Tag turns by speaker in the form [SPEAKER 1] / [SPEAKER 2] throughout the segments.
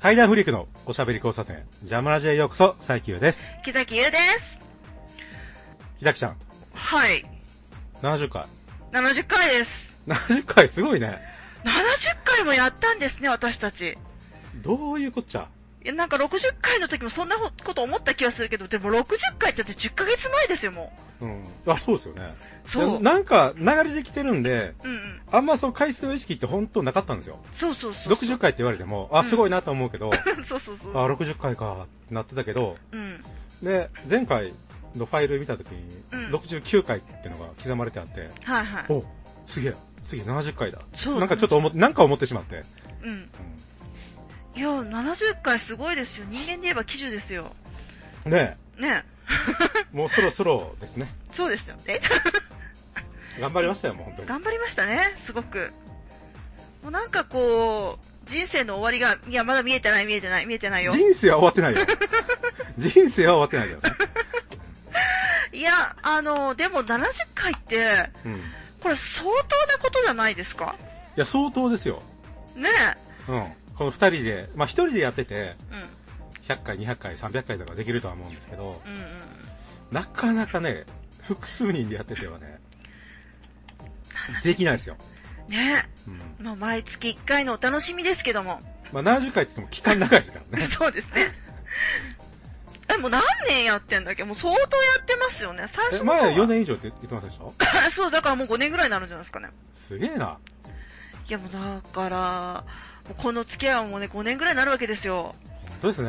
[SPEAKER 1] ハイダーフリークのおしゃべり交差点、ジャムラジへようこそ、サイキューです。
[SPEAKER 2] 木崎優です。
[SPEAKER 1] ひだきちゃん、
[SPEAKER 2] はい。
[SPEAKER 1] 70回。
[SPEAKER 2] 70回です。
[SPEAKER 1] 70回すごいね。
[SPEAKER 2] 70回もやったんですね、私たち。
[SPEAKER 1] どういうこっちゃ。
[SPEAKER 2] いやなんか60回の時もそんなこと思った気がするけど、でも60回ってだって10ヶ月前ですよ、も
[SPEAKER 1] うん。あ、そうですよね。
[SPEAKER 2] う。そう。う
[SPEAKER 1] で
[SPEAKER 2] ん
[SPEAKER 1] なんか、流れできてるんで、
[SPEAKER 2] うん。
[SPEAKER 1] あんまその回数の意識って本当なかったんですよ。
[SPEAKER 2] そうそうそう。
[SPEAKER 1] 60回って言われても、あ、すごいなと思うけど、
[SPEAKER 2] そうそうそう。
[SPEAKER 1] あ、60回かってなってたけど、
[SPEAKER 2] うん。
[SPEAKER 1] で、前回のファイル見たときに、
[SPEAKER 2] うん
[SPEAKER 1] 69回っていうのが刻まれてあって、
[SPEAKER 2] はいはい。
[SPEAKER 1] お、すげえ、すげえ、70回だ。
[SPEAKER 2] そう
[SPEAKER 1] なんかちょっと思っ、なんか思ってしまって。
[SPEAKER 2] うん。いや、70回すごいですよ。人間で言えば奇獣ですよ。
[SPEAKER 1] うんね
[SPEAKER 2] ね。
[SPEAKER 1] え、もうそろそろですね。
[SPEAKER 2] そうですよ。え
[SPEAKER 1] 頑張りましたよ、もう本当に。
[SPEAKER 2] 頑張りましたね、すごく。もうなんかこう、人生の終わりが、いや、まだ見えてない、見えてない、見えてないよ。
[SPEAKER 1] 人生は終わってないよ。 人生は終わってないけどね。
[SPEAKER 2] いや、あの、でも70回って、
[SPEAKER 1] うん。い
[SPEAKER 2] これ相当なことじゃないですか
[SPEAKER 1] や、相当ですよ。
[SPEAKER 2] ね
[SPEAKER 1] うん。この二人で、まあ一人でやってて、
[SPEAKER 2] え。
[SPEAKER 1] 100回、200回、300回とかできるとは思うんですけど、
[SPEAKER 2] うん。うんうん。
[SPEAKER 1] なかなかね、複数人でやっててはね、できないですよ。
[SPEAKER 2] ね
[SPEAKER 1] うん。
[SPEAKER 2] え。まあ、毎月1回のお楽しみですけども。
[SPEAKER 1] まあ70回って言っても期間長いですからね。
[SPEAKER 2] そうです ね。え、もう何年やってんだっけもう相当やってますよね。最
[SPEAKER 1] え
[SPEAKER 2] 初の方は
[SPEAKER 1] 前4。年以上って言ってませんでした
[SPEAKER 2] そう、だからもう5年ぐらいになるんじゃないですかね。
[SPEAKER 1] すげえな。
[SPEAKER 2] いや、もうだから、もうこの付き合いはもうね、5年ぐらいになるわけですよ。
[SPEAKER 1] 本当ですね。
[SPEAKER 2] い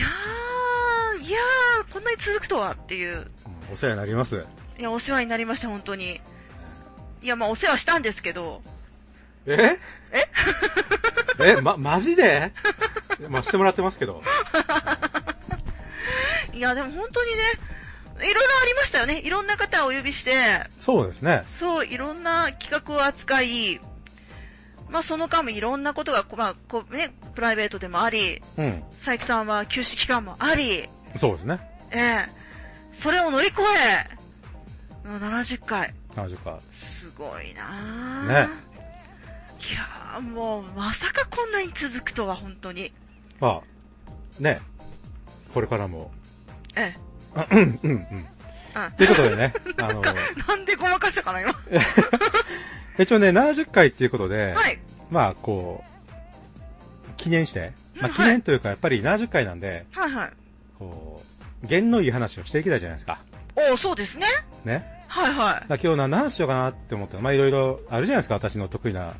[SPEAKER 2] やー、いやー、こんなに続くとはっていう。
[SPEAKER 1] うんお世話になります。
[SPEAKER 2] いや、お世話になりました、本当に。いや、まあ、お世話したんですけど。
[SPEAKER 1] え ええ、ま、マジでまあ、してもらってますけ ど。
[SPEAKER 2] いや、でも本当にね、いろいろありましたよね。いろんな方をお呼びして、
[SPEAKER 1] そうですね。
[SPEAKER 2] そう、いろんな企画を扱い、まあその間もいろんなことが、こまあ、こうね、プライベートでもあり、
[SPEAKER 1] うん。
[SPEAKER 2] 佐伯さんは休止期間もあり、
[SPEAKER 1] そうですね。
[SPEAKER 2] ええそれを乗り越え、うん70回。
[SPEAKER 1] 70回。
[SPEAKER 2] すごいなぁ。
[SPEAKER 1] ね
[SPEAKER 2] いやぁ、もう、まさかこんなに続くとは、本当に。
[SPEAKER 1] まあ、ね。これからも。
[SPEAKER 2] ええ。
[SPEAKER 1] うん、うん、うん。
[SPEAKER 2] うん。。
[SPEAKER 1] ということでね
[SPEAKER 2] な
[SPEAKER 1] あ
[SPEAKER 2] ん
[SPEAKER 1] の
[SPEAKER 2] か、、なんでごまかしたかな、今。は
[SPEAKER 1] 一応ね、70回っていうことで、
[SPEAKER 2] い。
[SPEAKER 1] まあ、こう、記念して、ま
[SPEAKER 2] う
[SPEAKER 1] あ、
[SPEAKER 2] ん
[SPEAKER 1] 記念というか、やっぱり70回なんで、
[SPEAKER 2] はいはい。
[SPEAKER 1] こう、弦のいい話をしていきたいじゃないですか。
[SPEAKER 2] おおそうですね。
[SPEAKER 1] ね。
[SPEAKER 2] はいはい。
[SPEAKER 1] だから今日な何しようかなって思ったのまあいろいろあるじゃないですか、私の得意な、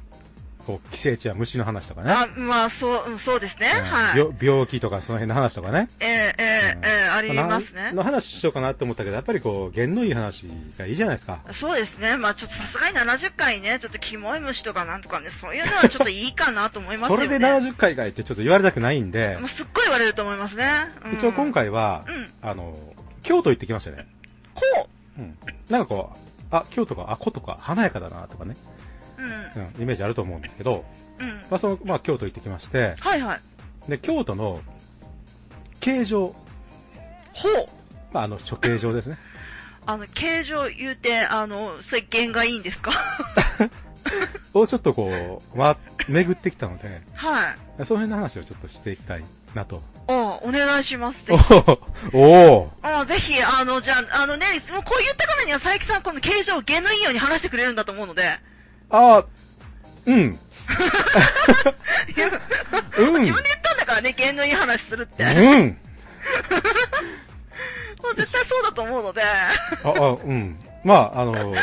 [SPEAKER 1] こう、寄生虫や虫の話とかね。
[SPEAKER 2] あ、まあ、そう、うんそうですね。
[SPEAKER 1] うん
[SPEAKER 2] はい。
[SPEAKER 1] 病病気とかその辺の話とかね。
[SPEAKER 2] ええええ
[SPEAKER 1] うん
[SPEAKER 2] ええありますね
[SPEAKER 1] な。の話しようかなって思ったけど、やっぱりこう、弦のいい話がいいじゃないですか。
[SPEAKER 2] そうですね。まあ、ちょっとさすがに70回ね、ちょっとキモい虫とかなんとかね、そういうのはちょっといいかなと思います
[SPEAKER 1] そ
[SPEAKER 2] よ
[SPEAKER 1] れ
[SPEAKER 2] ね。
[SPEAKER 1] で70回がいってちょっと言われたくないんで
[SPEAKER 2] もう、すっごい言われると思いますね。うん
[SPEAKER 1] 一応今。回は
[SPEAKER 2] う、ん。
[SPEAKER 1] あの、京都行ってきましたね。
[SPEAKER 2] こ
[SPEAKER 1] うん。なんかこう、あ、京都が、あ、ことか、華やかだなとかね、
[SPEAKER 2] う。うん。
[SPEAKER 1] うん、イメージあると思うんですけど、
[SPEAKER 2] うん。
[SPEAKER 1] まあその、まあ京都行ってきまして、
[SPEAKER 2] はいはい。
[SPEAKER 1] で、京都の、形状、
[SPEAKER 2] ほう。
[SPEAKER 1] まああの、処刑場ですね。
[SPEAKER 2] あの、形状言うて、あの、それ弦がいいん ですか
[SPEAKER 1] をちょっとこう、ま、巡ってきたので、
[SPEAKER 2] はい。
[SPEAKER 1] その辺の話をちょっとしていきたいなと。
[SPEAKER 2] おお願いします。ぜ
[SPEAKER 1] お
[SPEAKER 2] ひ。
[SPEAKER 1] おお
[SPEAKER 2] あぜひ、あの、じゃあ、あのね、もうこう言ったからには、佐伯さん、この形状を弦のいいように話してくれるんだと思うので。
[SPEAKER 1] あうん。
[SPEAKER 2] いや
[SPEAKER 1] うん。
[SPEAKER 2] 自分で言ったんだからね、芸のいい話するって。も
[SPEAKER 1] うん。
[SPEAKER 2] う絶対そうだと思うので。
[SPEAKER 1] あ、あ、うん。まあ、あの、
[SPEAKER 2] うん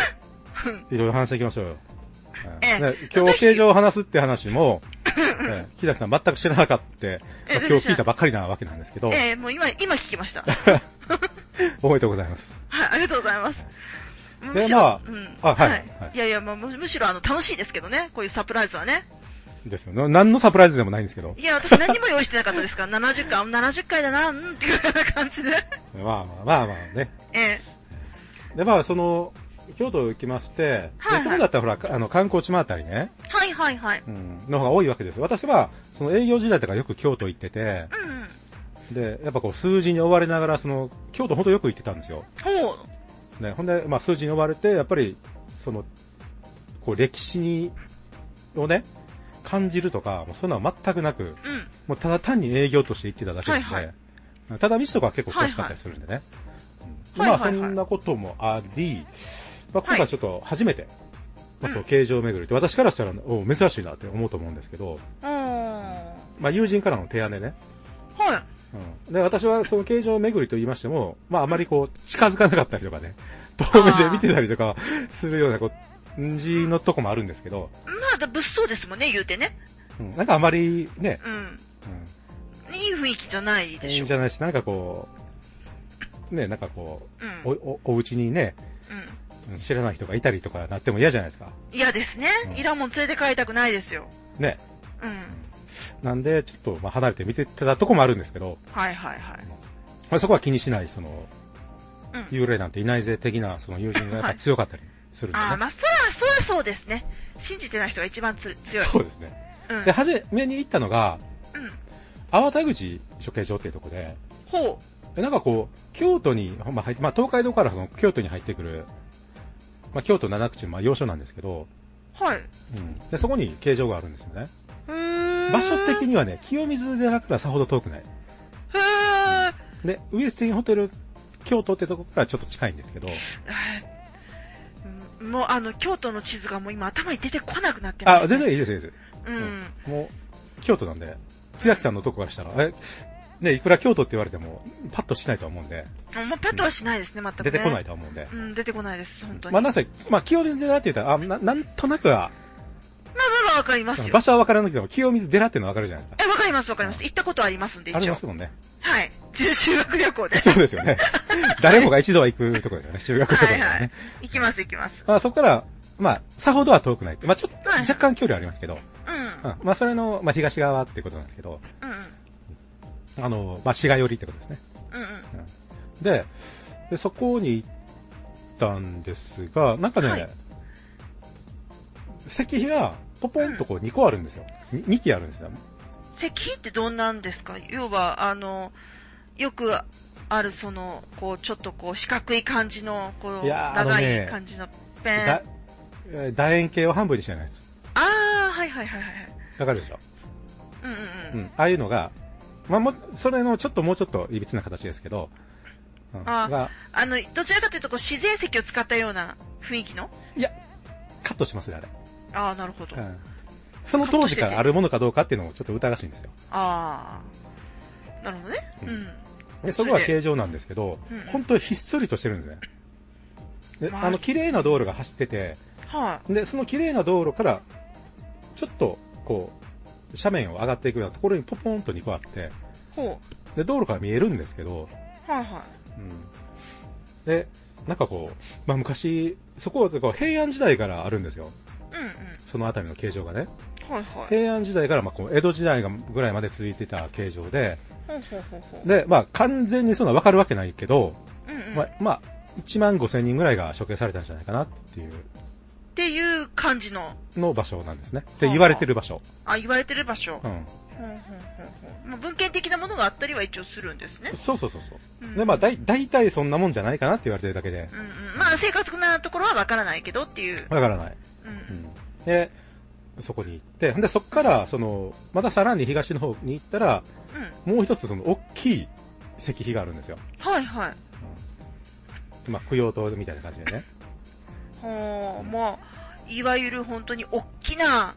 [SPEAKER 1] いろいろ話していきましょうよ。
[SPEAKER 2] ええ
[SPEAKER 1] ね今
[SPEAKER 2] ぜ
[SPEAKER 1] 日、
[SPEAKER 2] ひ
[SPEAKER 1] 形状を話すって話 も、ええ木崎さん全く知らなかった、まあ
[SPEAKER 2] 全然
[SPEAKER 1] 今日聞いたばっかりなわけなんですけど、
[SPEAKER 2] ええもう今、今聞 きました。はい、
[SPEAKER 1] おめでとうございます。
[SPEAKER 2] ありがとうございます。む
[SPEAKER 1] で、
[SPEAKER 2] しろ、
[SPEAKER 1] ま
[SPEAKER 2] うん。
[SPEAKER 1] あ、あ、はい、はい
[SPEAKER 2] い。やいや、まあ、むむしろ、あの、楽しいですけどね、こういうサプライズはね。
[SPEAKER 1] ですよね。何のサプライズでもないんですけど。
[SPEAKER 2] いや、私何にも用意してなかったですから、70回、70回だな、うん、っていうような感じで。
[SPEAKER 1] まあまあまあまあね。
[SPEAKER 2] ええ
[SPEAKER 1] で、まあ、その、京都行きまして、
[SPEAKER 2] はいはい
[SPEAKER 1] いつもだったらほら、かあの、観光地もあったりね、
[SPEAKER 2] はいはいはい。
[SPEAKER 1] うん、の方が多いわけですよ。私は、その営業時代とかよく京都行ってて、
[SPEAKER 2] うんうん。
[SPEAKER 1] で、やっぱこう、数字に追われながら、その、京都ほんとよく行ってたんですよ。
[SPEAKER 2] ほ
[SPEAKER 1] ね、ほんで、まあ、数字に追われて、やっぱり、その、こう、歴史に、をね、感じるとか、もうそんなの全くなく、
[SPEAKER 2] う。うん。
[SPEAKER 1] もうただ単に営業として行ってただけなので、
[SPEAKER 2] はい
[SPEAKER 1] ただミスとかは結構詳しかったりするんでね。うん
[SPEAKER 2] はいはい
[SPEAKER 1] まあ、
[SPEAKER 2] はい
[SPEAKER 1] そんなこともあり、まあ、今
[SPEAKER 2] は
[SPEAKER 1] 回
[SPEAKER 2] い
[SPEAKER 1] ちょっと初めて、まあ、そうう、
[SPEAKER 2] ん
[SPEAKER 1] 形状巡りって、私からしたら、お珍しいなって思うと思うんですけど、
[SPEAKER 2] うん。は
[SPEAKER 1] まあ、友人からの提案でね、
[SPEAKER 2] い。
[SPEAKER 1] うん、で私はその形状巡りと言いましても、まあ、あまりこう近づかなかったりとかね、 遠目で見てたりとかするようなこう感じのとこもあるんですけど、
[SPEAKER 2] まあ、だ物騒ですもんね、言うてね。
[SPEAKER 1] うん、なんかあまりね、
[SPEAKER 2] うん。
[SPEAKER 1] うん、
[SPEAKER 2] いい雰囲気じゃないでしょ。
[SPEAKER 1] じゃないし、なんかこう、ね、なんかこ
[SPEAKER 2] う
[SPEAKER 1] う、
[SPEAKER 2] ん。
[SPEAKER 1] お
[SPEAKER 2] うん。
[SPEAKER 1] おお家にね、うん知らない人がいたりとかなっても嫌じゃないですか。
[SPEAKER 2] 嫌ですね
[SPEAKER 1] う。ん
[SPEAKER 2] いらんもん連れて帰りたくないですよ。
[SPEAKER 1] ね。
[SPEAKER 2] うん。
[SPEAKER 1] なんで、ちょっとまあ離れて見てたとこもあるんですけど、
[SPEAKER 2] はいはいはい。
[SPEAKER 1] まあ、そこは気にしない、その、
[SPEAKER 2] うん。
[SPEAKER 1] 幽霊なんていないぜ的な、その友人がやっぱ強かったりするんでね。
[SPEAKER 2] ああ、まあ、そら、そらそうですね。信じてない人が一番つ強い。
[SPEAKER 1] そうですね。
[SPEAKER 2] うん。
[SPEAKER 1] で、初めに行ったのが、
[SPEAKER 2] うん。
[SPEAKER 1] 粟田口処刑場っていうとこで、
[SPEAKER 2] ほ
[SPEAKER 1] でなんかこう、京都に、まあ、入まあ、東海道からその京都に入ってくる、まあ、京都七口のまあ要所なんですけど、
[SPEAKER 2] う。はい。
[SPEAKER 1] うん、でそこに形状があるんですよね。
[SPEAKER 2] うーん。
[SPEAKER 1] 場所的にはね、清水寺からさほど遠くない。
[SPEAKER 2] へー
[SPEAKER 1] で、ウエスティンホテル京都ってとこからちょっと近いんですけど、
[SPEAKER 2] うんもうあの京都の地図がもう今頭に出てこなくなってます、
[SPEAKER 1] あ、全然いいです、いいで
[SPEAKER 2] うん、
[SPEAKER 1] す。もう、京都なんで、木さんのとこからしたら、え、ね、いくら京都って言われても、パッとしないと思うんで、
[SPEAKER 2] うん、もうペットはしないですね全く
[SPEAKER 1] 出
[SPEAKER 2] ね
[SPEAKER 1] てこない
[SPEAKER 2] い、
[SPEAKER 1] と思うんで。
[SPEAKER 2] うん、出てこないです本当に、
[SPEAKER 1] まあ、
[SPEAKER 2] ま
[SPEAKER 1] な
[SPEAKER 2] あ
[SPEAKER 1] ぜ、まあ、清水寺って言ったら、あ、ななんとなくは、
[SPEAKER 2] まあまあわかりますよ
[SPEAKER 1] 場所は分からなくても、清水寺っていうのは分かるじゃないです
[SPEAKER 2] えわかりますわかります行ったことありますんで
[SPEAKER 1] か。あり
[SPEAKER 2] 一応
[SPEAKER 1] ますもんね。
[SPEAKER 2] はい中修学旅行で
[SPEAKER 1] そうですよ ね。誰もが一度は行くとこですよね、修学旅行とかね。
[SPEAKER 2] はいはい行きます行きます
[SPEAKER 1] まあ、そこから、まあ、さほどは遠くない。まあ、ちょっと
[SPEAKER 2] はい
[SPEAKER 1] 若干距離はありますけど、
[SPEAKER 2] うんうん
[SPEAKER 1] うん、まあ、それの、まあ、東側ってことなんですけど、あの、まあ、市街寄りってことですね。
[SPEAKER 2] うんうん
[SPEAKER 1] で、でそこに行ったんですが、なんかね、
[SPEAKER 2] はい
[SPEAKER 1] 石碑がポポンとこう2個あるんですよ。に 2, 基あるんですよ。
[SPEAKER 2] 石碑ってどんなんですか要はあのよくあるそのこうちょっとこう四角い感じのこう
[SPEAKER 1] いやーあの
[SPEAKER 2] 長
[SPEAKER 1] ね
[SPEAKER 2] い感じのペン
[SPEAKER 1] だえー楕円形を半分にしたやつ。
[SPEAKER 2] ああはいはいはいはい
[SPEAKER 1] わかるでしょ
[SPEAKER 2] うんうん
[SPEAKER 1] う
[SPEAKER 2] うん
[SPEAKER 1] ん。ああいうのが、まあ、もう、それのちょっともうちょっといびつな形ですけど、うん、
[SPEAKER 2] あ
[SPEAKER 1] が
[SPEAKER 2] あの、どちらかというと、こう、自然石を使ったような雰囲気の
[SPEAKER 1] カットしますね、あれ。
[SPEAKER 2] ああ、なるほど。
[SPEAKER 1] う
[SPEAKER 2] あ
[SPEAKER 1] んその当時からあるものかどうかっていうのもちょっと疑わしいんですよ。
[SPEAKER 2] あ。なるほどね。う。
[SPEAKER 1] うんん
[SPEAKER 2] うん
[SPEAKER 1] で、そこは形状なんですけど
[SPEAKER 2] うんうん、
[SPEAKER 1] 本当にひっそりとしてるんですね。で、
[SPEAKER 2] まあ
[SPEAKER 1] あの、綺麗な道路が走ってて、
[SPEAKER 2] は
[SPEAKER 1] で、その綺麗な道路から、ちょっと、こう、斜面を上がっていくようなところにポポンと2個あって、
[SPEAKER 2] い。ほ
[SPEAKER 1] で、道路から見えるんですけど、
[SPEAKER 2] う。はいは
[SPEAKER 1] うん。で、なんかこう、まあ昔、そこはこう平安時代からあるんですよ。
[SPEAKER 2] い。うんうん。
[SPEAKER 1] そのあたりの形状がね。
[SPEAKER 2] はいはい。
[SPEAKER 1] 平安時代から、まあこう、江戸時代がぐらいまで続いてた形状で、
[SPEAKER 2] ほうほうほうほう。
[SPEAKER 1] で、まあ完全にそんなわかるわけないけど、
[SPEAKER 2] うんうん。
[SPEAKER 1] まあ
[SPEAKER 2] っ、
[SPEAKER 1] まあ、1万5千人ぐらいが処刑されたんじゃないかなっていう
[SPEAKER 2] ていう感じの、
[SPEAKER 1] の場所なんですね。って言われてる場所。
[SPEAKER 2] あ、言われてる場所。
[SPEAKER 1] うん。
[SPEAKER 2] ほうほうほうほう。まあ、文献的なものがあったりは一応するんですね。
[SPEAKER 1] そうそうそうそう。
[SPEAKER 2] うん
[SPEAKER 1] で、まあ、だい、大体そんなもんじゃないかなって言われてるだけで
[SPEAKER 2] う、んうん。まあ、正確なところはわからないけどっていう。
[SPEAKER 1] わからない。
[SPEAKER 2] うんう。
[SPEAKER 1] うんん。で、そこに行って、で、そこから、その、またさらに東の方に行ったら、
[SPEAKER 2] うん。
[SPEAKER 1] もう一つその、大きい石碑があるんですよ。
[SPEAKER 2] はいはい。
[SPEAKER 1] うん、まあ、供養塔みたいな感じで ね。
[SPEAKER 2] ほう、もう、いわゆる本当に大きな、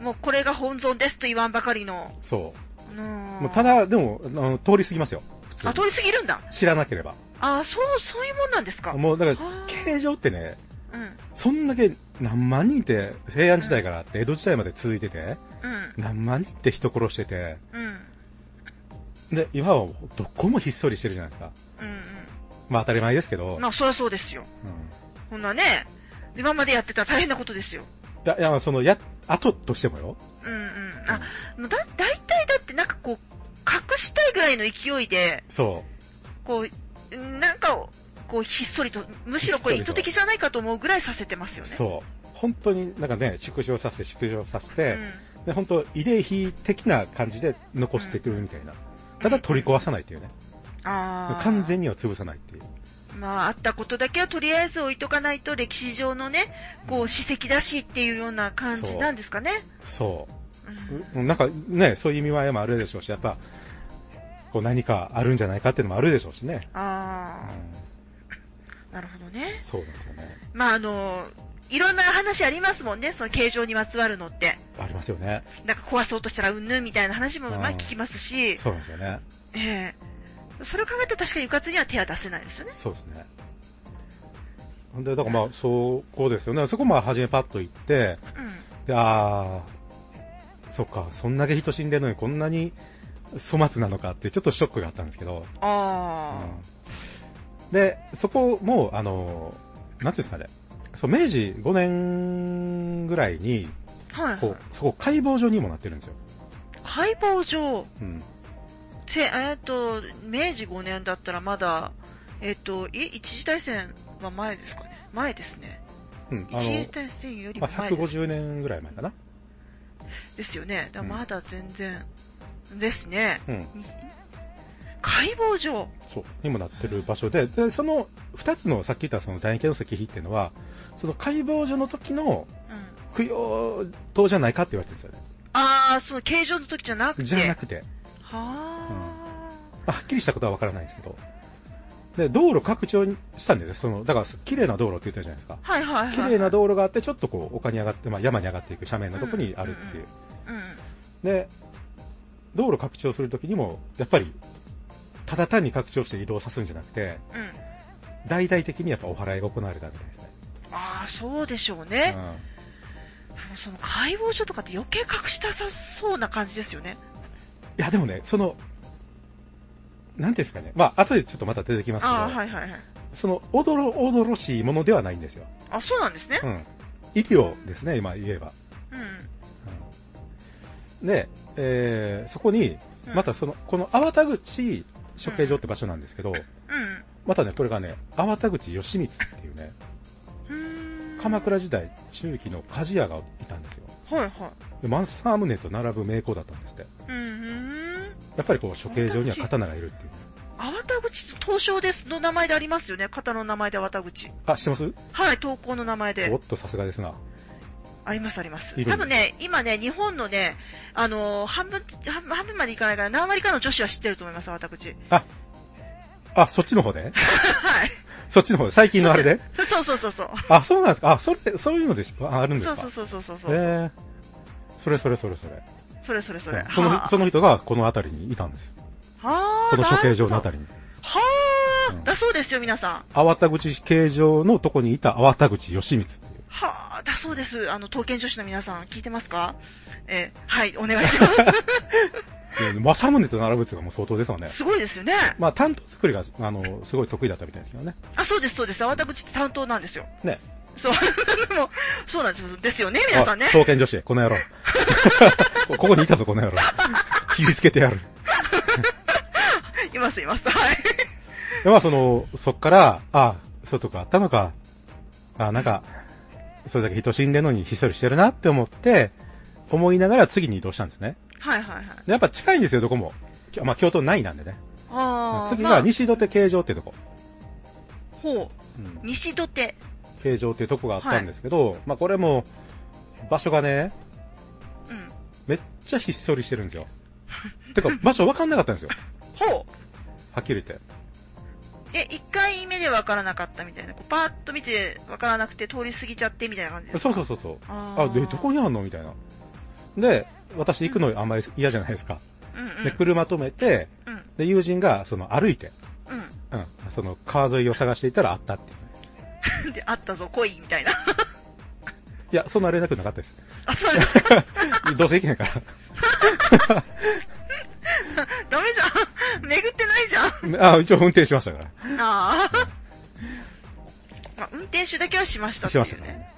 [SPEAKER 2] もうこれが本尊ですと言わんばかりの。
[SPEAKER 1] そ
[SPEAKER 2] うん
[SPEAKER 1] う。もうただ、でも、あの通り過ぎますよ。普通に
[SPEAKER 2] あ、通り過ぎるんだ。
[SPEAKER 1] 知らなければ。
[SPEAKER 2] あーそう、そういうもんなんですか。
[SPEAKER 1] もう、だか
[SPEAKER 2] は
[SPEAKER 1] ら
[SPEAKER 2] あ、
[SPEAKER 1] 形状ってね、
[SPEAKER 2] うん。うん。
[SPEAKER 1] そんだけ何万人って平安時代からあって江戸時代まで続いてて、何万人って人殺してて、
[SPEAKER 2] うん。
[SPEAKER 1] で、今はどこもひっそりしてるじゃないですか。
[SPEAKER 2] うん。
[SPEAKER 1] まあ当たり前ですけ
[SPEAKER 2] う
[SPEAKER 1] ど
[SPEAKER 2] ん。、まあ、そりゃそうですよ。
[SPEAKER 1] うん
[SPEAKER 2] こんなね、今までやってたら大変なことですよ。
[SPEAKER 1] だいや、その、や、後としてもよ。
[SPEAKER 2] うんうん。あ、もうだ、大体だってなんかこう、隠したいぐらいの勢いで、
[SPEAKER 1] そ
[SPEAKER 2] こう、なんかを、こう、ひっそりと、むしろこれ
[SPEAKER 1] ひ
[SPEAKER 2] 意
[SPEAKER 1] っそりと
[SPEAKER 2] 図的じゃないかと思うぐらいさせてますよ
[SPEAKER 1] う、
[SPEAKER 2] ね。
[SPEAKER 1] そう。本当になんかね、縮小させて、縮小させ
[SPEAKER 2] う
[SPEAKER 1] て、
[SPEAKER 2] ん。
[SPEAKER 1] で、本当慰霊碑的な感じで残してくるみたいな。ただ取り壊さないっていうね。
[SPEAKER 2] ああ。
[SPEAKER 1] 完全には潰さないっていう。
[SPEAKER 2] まあ、あったことだけはとりあえず置いとかないと、歴史上のね、こう、史跡だしっていうような感じなんですかね。
[SPEAKER 1] そう。うんなんかね、そういう意味合いもあるでしょうし、やっぱ、こう何かあるんじゃないかっていうのもあるでしょうしね。う
[SPEAKER 2] あ
[SPEAKER 1] ん、
[SPEAKER 2] あ、なるほどね。
[SPEAKER 1] そうなんですよね。
[SPEAKER 2] まあ、あの、いろんな話ありますもんね、その形状にまつわるのって。
[SPEAKER 1] ありますよね。
[SPEAKER 2] なんか壊そうとしたらうんぬんみたいな話も
[SPEAKER 1] うん
[SPEAKER 2] まあ聞きますし、
[SPEAKER 1] そうなんですよね。
[SPEAKER 2] ええそれを考えたら確かにうかつには手は出せないですよね。
[SPEAKER 1] そうですね。ほんで、だからまあ、そこですよね。そこまあ、初めパッと行って、
[SPEAKER 2] う
[SPEAKER 1] で、あー、そっか、そんだけ人死んでるのにこんなに粗末なのかって、ちょっとショックがあったんですけど、
[SPEAKER 2] ん。ああ、
[SPEAKER 1] うんで、そこも、あの、なんていうんですかね、そう、明治5年ぐらいに、
[SPEAKER 2] はい、
[SPEAKER 1] こう、そこ解剖所にもなってるんですよ。
[SPEAKER 2] 解剖所、
[SPEAKER 1] うん。
[SPEAKER 2] せえっ、と、明治5年だったらまだ、えっ、と、い一次大戦は前ですかね。前ですね。
[SPEAKER 1] うん。
[SPEAKER 2] 一
[SPEAKER 1] あの
[SPEAKER 2] 次、大戦より
[SPEAKER 1] ま
[SPEAKER 2] も
[SPEAKER 1] あ、
[SPEAKER 2] 前です,、
[SPEAKER 1] 150年ぐらい前かな。
[SPEAKER 2] ですよね。だから
[SPEAKER 1] うん
[SPEAKER 2] まだ全然、ですね。
[SPEAKER 1] うん。
[SPEAKER 2] 解剖所。
[SPEAKER 1] そう、にもなってる場所で、で、その二つの、さっき言ったその楕円形の石碑っていうのは、その解剖所の時の
[SPEAKER 2] うん。
[SPEAKER 1] 供養塔じゃないかって言われてるんですよね。
[SPEAKER 2] ああ、その形状の時じゃなくて。
[SPEAKER 1] じゃなくて、
[SPEAKER 2] はあ、
[SPEAKER 1] まあはっきりしたことはわからないんですけど。で、道路拡張したんでね、その、だから、綺麗な道路って言ってるじゃないですか。
[SPEAKER 2] はいはいは い。
[SPEAKER 1] 綺麗な道路があって、ちょっとこう、丘に上がって、まあ、山に上がっていく斜面のとこにあるっていう。
[SPEAKER 2] うん。
[SPEAKER 1] で、道路拡張するときにも、やっぱり、ただ単に拡張して移動させるんじゃなくて、
[SPEAKER 2] うん。
[SPEAKER 1] 大々的にやっぱお祓いが行われたみたいですね。
[SPEAKER 2] ああ、そうでしょうね。
[SPEAKER 1] うん
[SPEAKER 2] もうその解剖所とかって余計隠したさそうな感じですよね。
[SPEAKER 1] いや、でもね、その、なんていうんですかね。まあ、後でちょっとまた出てきますけど、
[SPEAKER 2] ああ、はいはいはい。
[SPEAKER 1] その、おどろ、おどろしいものではないんですよ。
[SPEAKER 2] あそうなんですね。
[SPEAKER 1] うん。医療ですね、今言えば。
[SPEAKER 2] うん。
[SPEAKER 1] うんで、えー、そこに、
[SPEAKER 2] うん
[SPEAKER 1] またその、この粟田口処刑場って場所なんですけど、
[SPEAKER 2] うん。
[SPEAKER 1] またね、これがね、粟田口義満っていうね、
[SPEAKER 2] うーん
[SPEAKER 1] 鎌。倉時代中期の鍛冶屋がいたんですよ。
[SPEAKER 2] はいは
[SPEAKER 1] で、マンサームネと並ぶ名工だったんですって。
[SPEAKER 2] い。うんうん。
[SPEAKER 1] やっぱりこう、処刑場には刀がいるっていう。
[SPEAKER 2] あわた口と東証ですの名前でありますよね。方の名前であわた口。
[SPEAKER 1] あ、知ってます
[SPEAKER 2] はい、投稿の名前
[SPEAKER 1] お
[SPEAKER 2] で
[SPEAKER 1] っ。と、さすがですな。
[SPEAKER 2] ありますあります
[SPEAKER 1] い。る
[SPEAKER 2] 多分ね、今ね、日本のね、あのー半分、半分半分までいかないから、何割かの女子は知ってると思います、あわた口。
[SPEAKER 1] あ、そっちの方で
[SPEAKER 2] はい。
[SPEAKER 1] そっちの方で、最近のあれで
[SPEAKER 2] そうそうそうそう。
[SPEAKER 1] あ、そうなんですかあ、それ、そういうのでしああるんです
[SPEAKER 2] そう
[SPEAKER 1] か
[SPEAKER 2] そう
[SPEAKER 1] そ
[SPEAKER 2] そうそうそう
[SPEAKER 1] え
[SPEAKER 2] そう。
[SPEAKER 1] ー、それそれそれそれ。
[SPEAKER 2] それそれそれ。
[SPEAKER 1] うんその、その人がこの辺りにいたんです。
[SPEAKER 2] はあ。
[SPEAKER 1] この処刑場の
[SPEAKER 2] り。
[SPEAKER 1] 辺りに。
[SPEAKER 2] は
[SPEAKER 1] う
[SPEAKER 2] あ
[SPEAKER 1] ん。
[SPEAKER 2] だそうですよ、皆さん。
[SPEAKER 1] 粟田口刑場のとこにいた粟田口義満っていう。
[SPEAKER 2] はあ、だそうです。あの、刀剣女子の皆さん、聞いてますかえーはい、お願いしま
[SPEAKER 1] で政宗と並ぶっていうのがもう相当ですよね
[SPEAKER 2] す。。すごいですよね。
[SPEAKER 1] まあ、担当作りが、あの、すごい得意だったみたいですけどね。
[SPEAKER 2] あ、そうです、そうです。粟田口って担当なんですよ。
[SPEAKER 1] ね。
[SPEAKER 2] そう、もう、 そうなんです。ですよね、皆さん
[SPEAKER 1] あ。
[SPEAKER 2] ね
[SPEAKER 1] 刀剣女子、この野 郎。ここにいたぞ、この野郎。切りつけてやる。
[SPEAKER 2] います、います。はい。
[SPEAKER 1] で、まあ、その、そっから、あそういうとこあったのか、あなんか、それだけ人死んでるのにひっそりしてるなって思って、思いながら次に移動したんですね。
[SPEAKER 2] はい、はい、はい。
[SPEAKER 1] でやっぱ近いんですよ、どこも。きまあ、京都内なんでね。
[SPEAKER 2] ああ。
[SPEAKER 1] 次
[SPEAKER 2] ま
[SPEAKER 1] が
[SPEAKER 2] あ、
[SPEAKER 1] 西土手形状っていうとこ。
[SPEAKER 2] ほ
[SPEAKER 1] うん
[SPEAKER 2] う。西土手。
[SPEAKER 1] 形状っていうとこがあったんですけど、まあ、これも、場所がね、
[SPEAKER 2] うん。
[SPEAKER 1] めっちゃひっそりしてるんですよ。 てか、場所わかんなかったんですよ。
[SPEAKER 2] ほう。
[SPEAKER 1] はっきり言って。
[SPEAKER 2] え、一回目でわからなかったみたいな。こうパーッと見てわからなくて通り過ぎちゃってみたいな感じです
[SPEAKER 1] そうそ
[SPEAKER 2] か
[SPEAKER 1] うそうそう。あ、
[SPEAKER 2] あ
[SPEAKER 1] で、どこ
[SPEAKER 2] に
[SPEAKER 1] にあんのみたいな。で、私行くのあんまり嫌じゃないですか。
[SPEAKER 2] うん、うん。
[SPEAKER 1] で、車止めて、
[SPEAKER 2] うん、
[SPEAKER 1] で、友人が、その、歩いて、
[SPEAKER 2] う
[SPEAKER 1] うん、その、川沿いを探していたらあったっていう。
[SPEAKER 2] ん。で、あったぞ、恋、みたいな。
[SPEAKER 1] いや、そんな連絡なかったです。
[SPEAKER 2] あ、そうです。
[SPEAKER 1] どうせ行けないか
[SPEAKER 2] ダメじゃん。巡ってないじ ゃん。
[SPEAKER 1] ら。あ、一応運転しましたから。
[SPEAKER 2] ああ。 まあ、運転手だけはしましたっ
[SPEAKER 1] し
[SPEAKER 2] てい
[SPEAKER 1] ました
[SPEAKER 2] う
[SPEAKER 1] からね
[SPEAKER 2] ね。。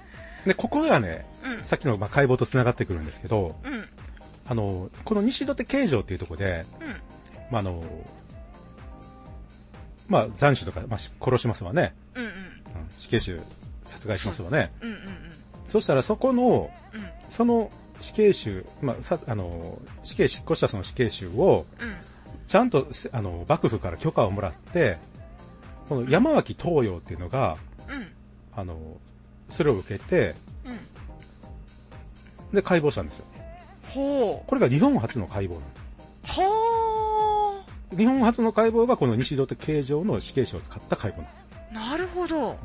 [SPEAKER 1] で、ここがね、
[SPEAKER 2] う
[SPEAKER 1] さっきの、まあ、解剖と繋がってくるんですけど、
[SPEAKER 2] ん。うん。うん。
[SPEAKER 1] あの、この西土手形状っていうところで、まあ、あの、まあ、斬首とか、まあ、し殺しますわね。
[SPEAKER 2] うん。うん。
[SPEAKER 1] うん死刑囚殺害しますわね。
[SPEAKER 2] うん。うん。うん。
[SPEAKER 1] そしたら、そこの、
[SPEAKER 2] うん。
[SPEAKER 1] その死刑囚、まあ、さあの死刑執行したその死刑囚を、
[SPEAKER 2] うん。
[SPEAKER 1] ちゃんとせあの幕府から許可をもらって、この山脇東洋っていうのが、
[SPEAKER 2] うん。
[SPEAKER 1] あのそれを受けて、
[SPEAKER 2] うん。
[SPEAKER 1] で解剖したんですよ。
[SPEAKER 2] ほう。
[SPEAKER 1] これが日本初の解剖なんで
[SPEAKER 2] ほ
[SPEAKER 1] す。日本初の解剖がこの西土手形状の死刑囚を使った解剖なんです。
[SPEAKER 2] う。なるほど。
[SPEAKER 1] うん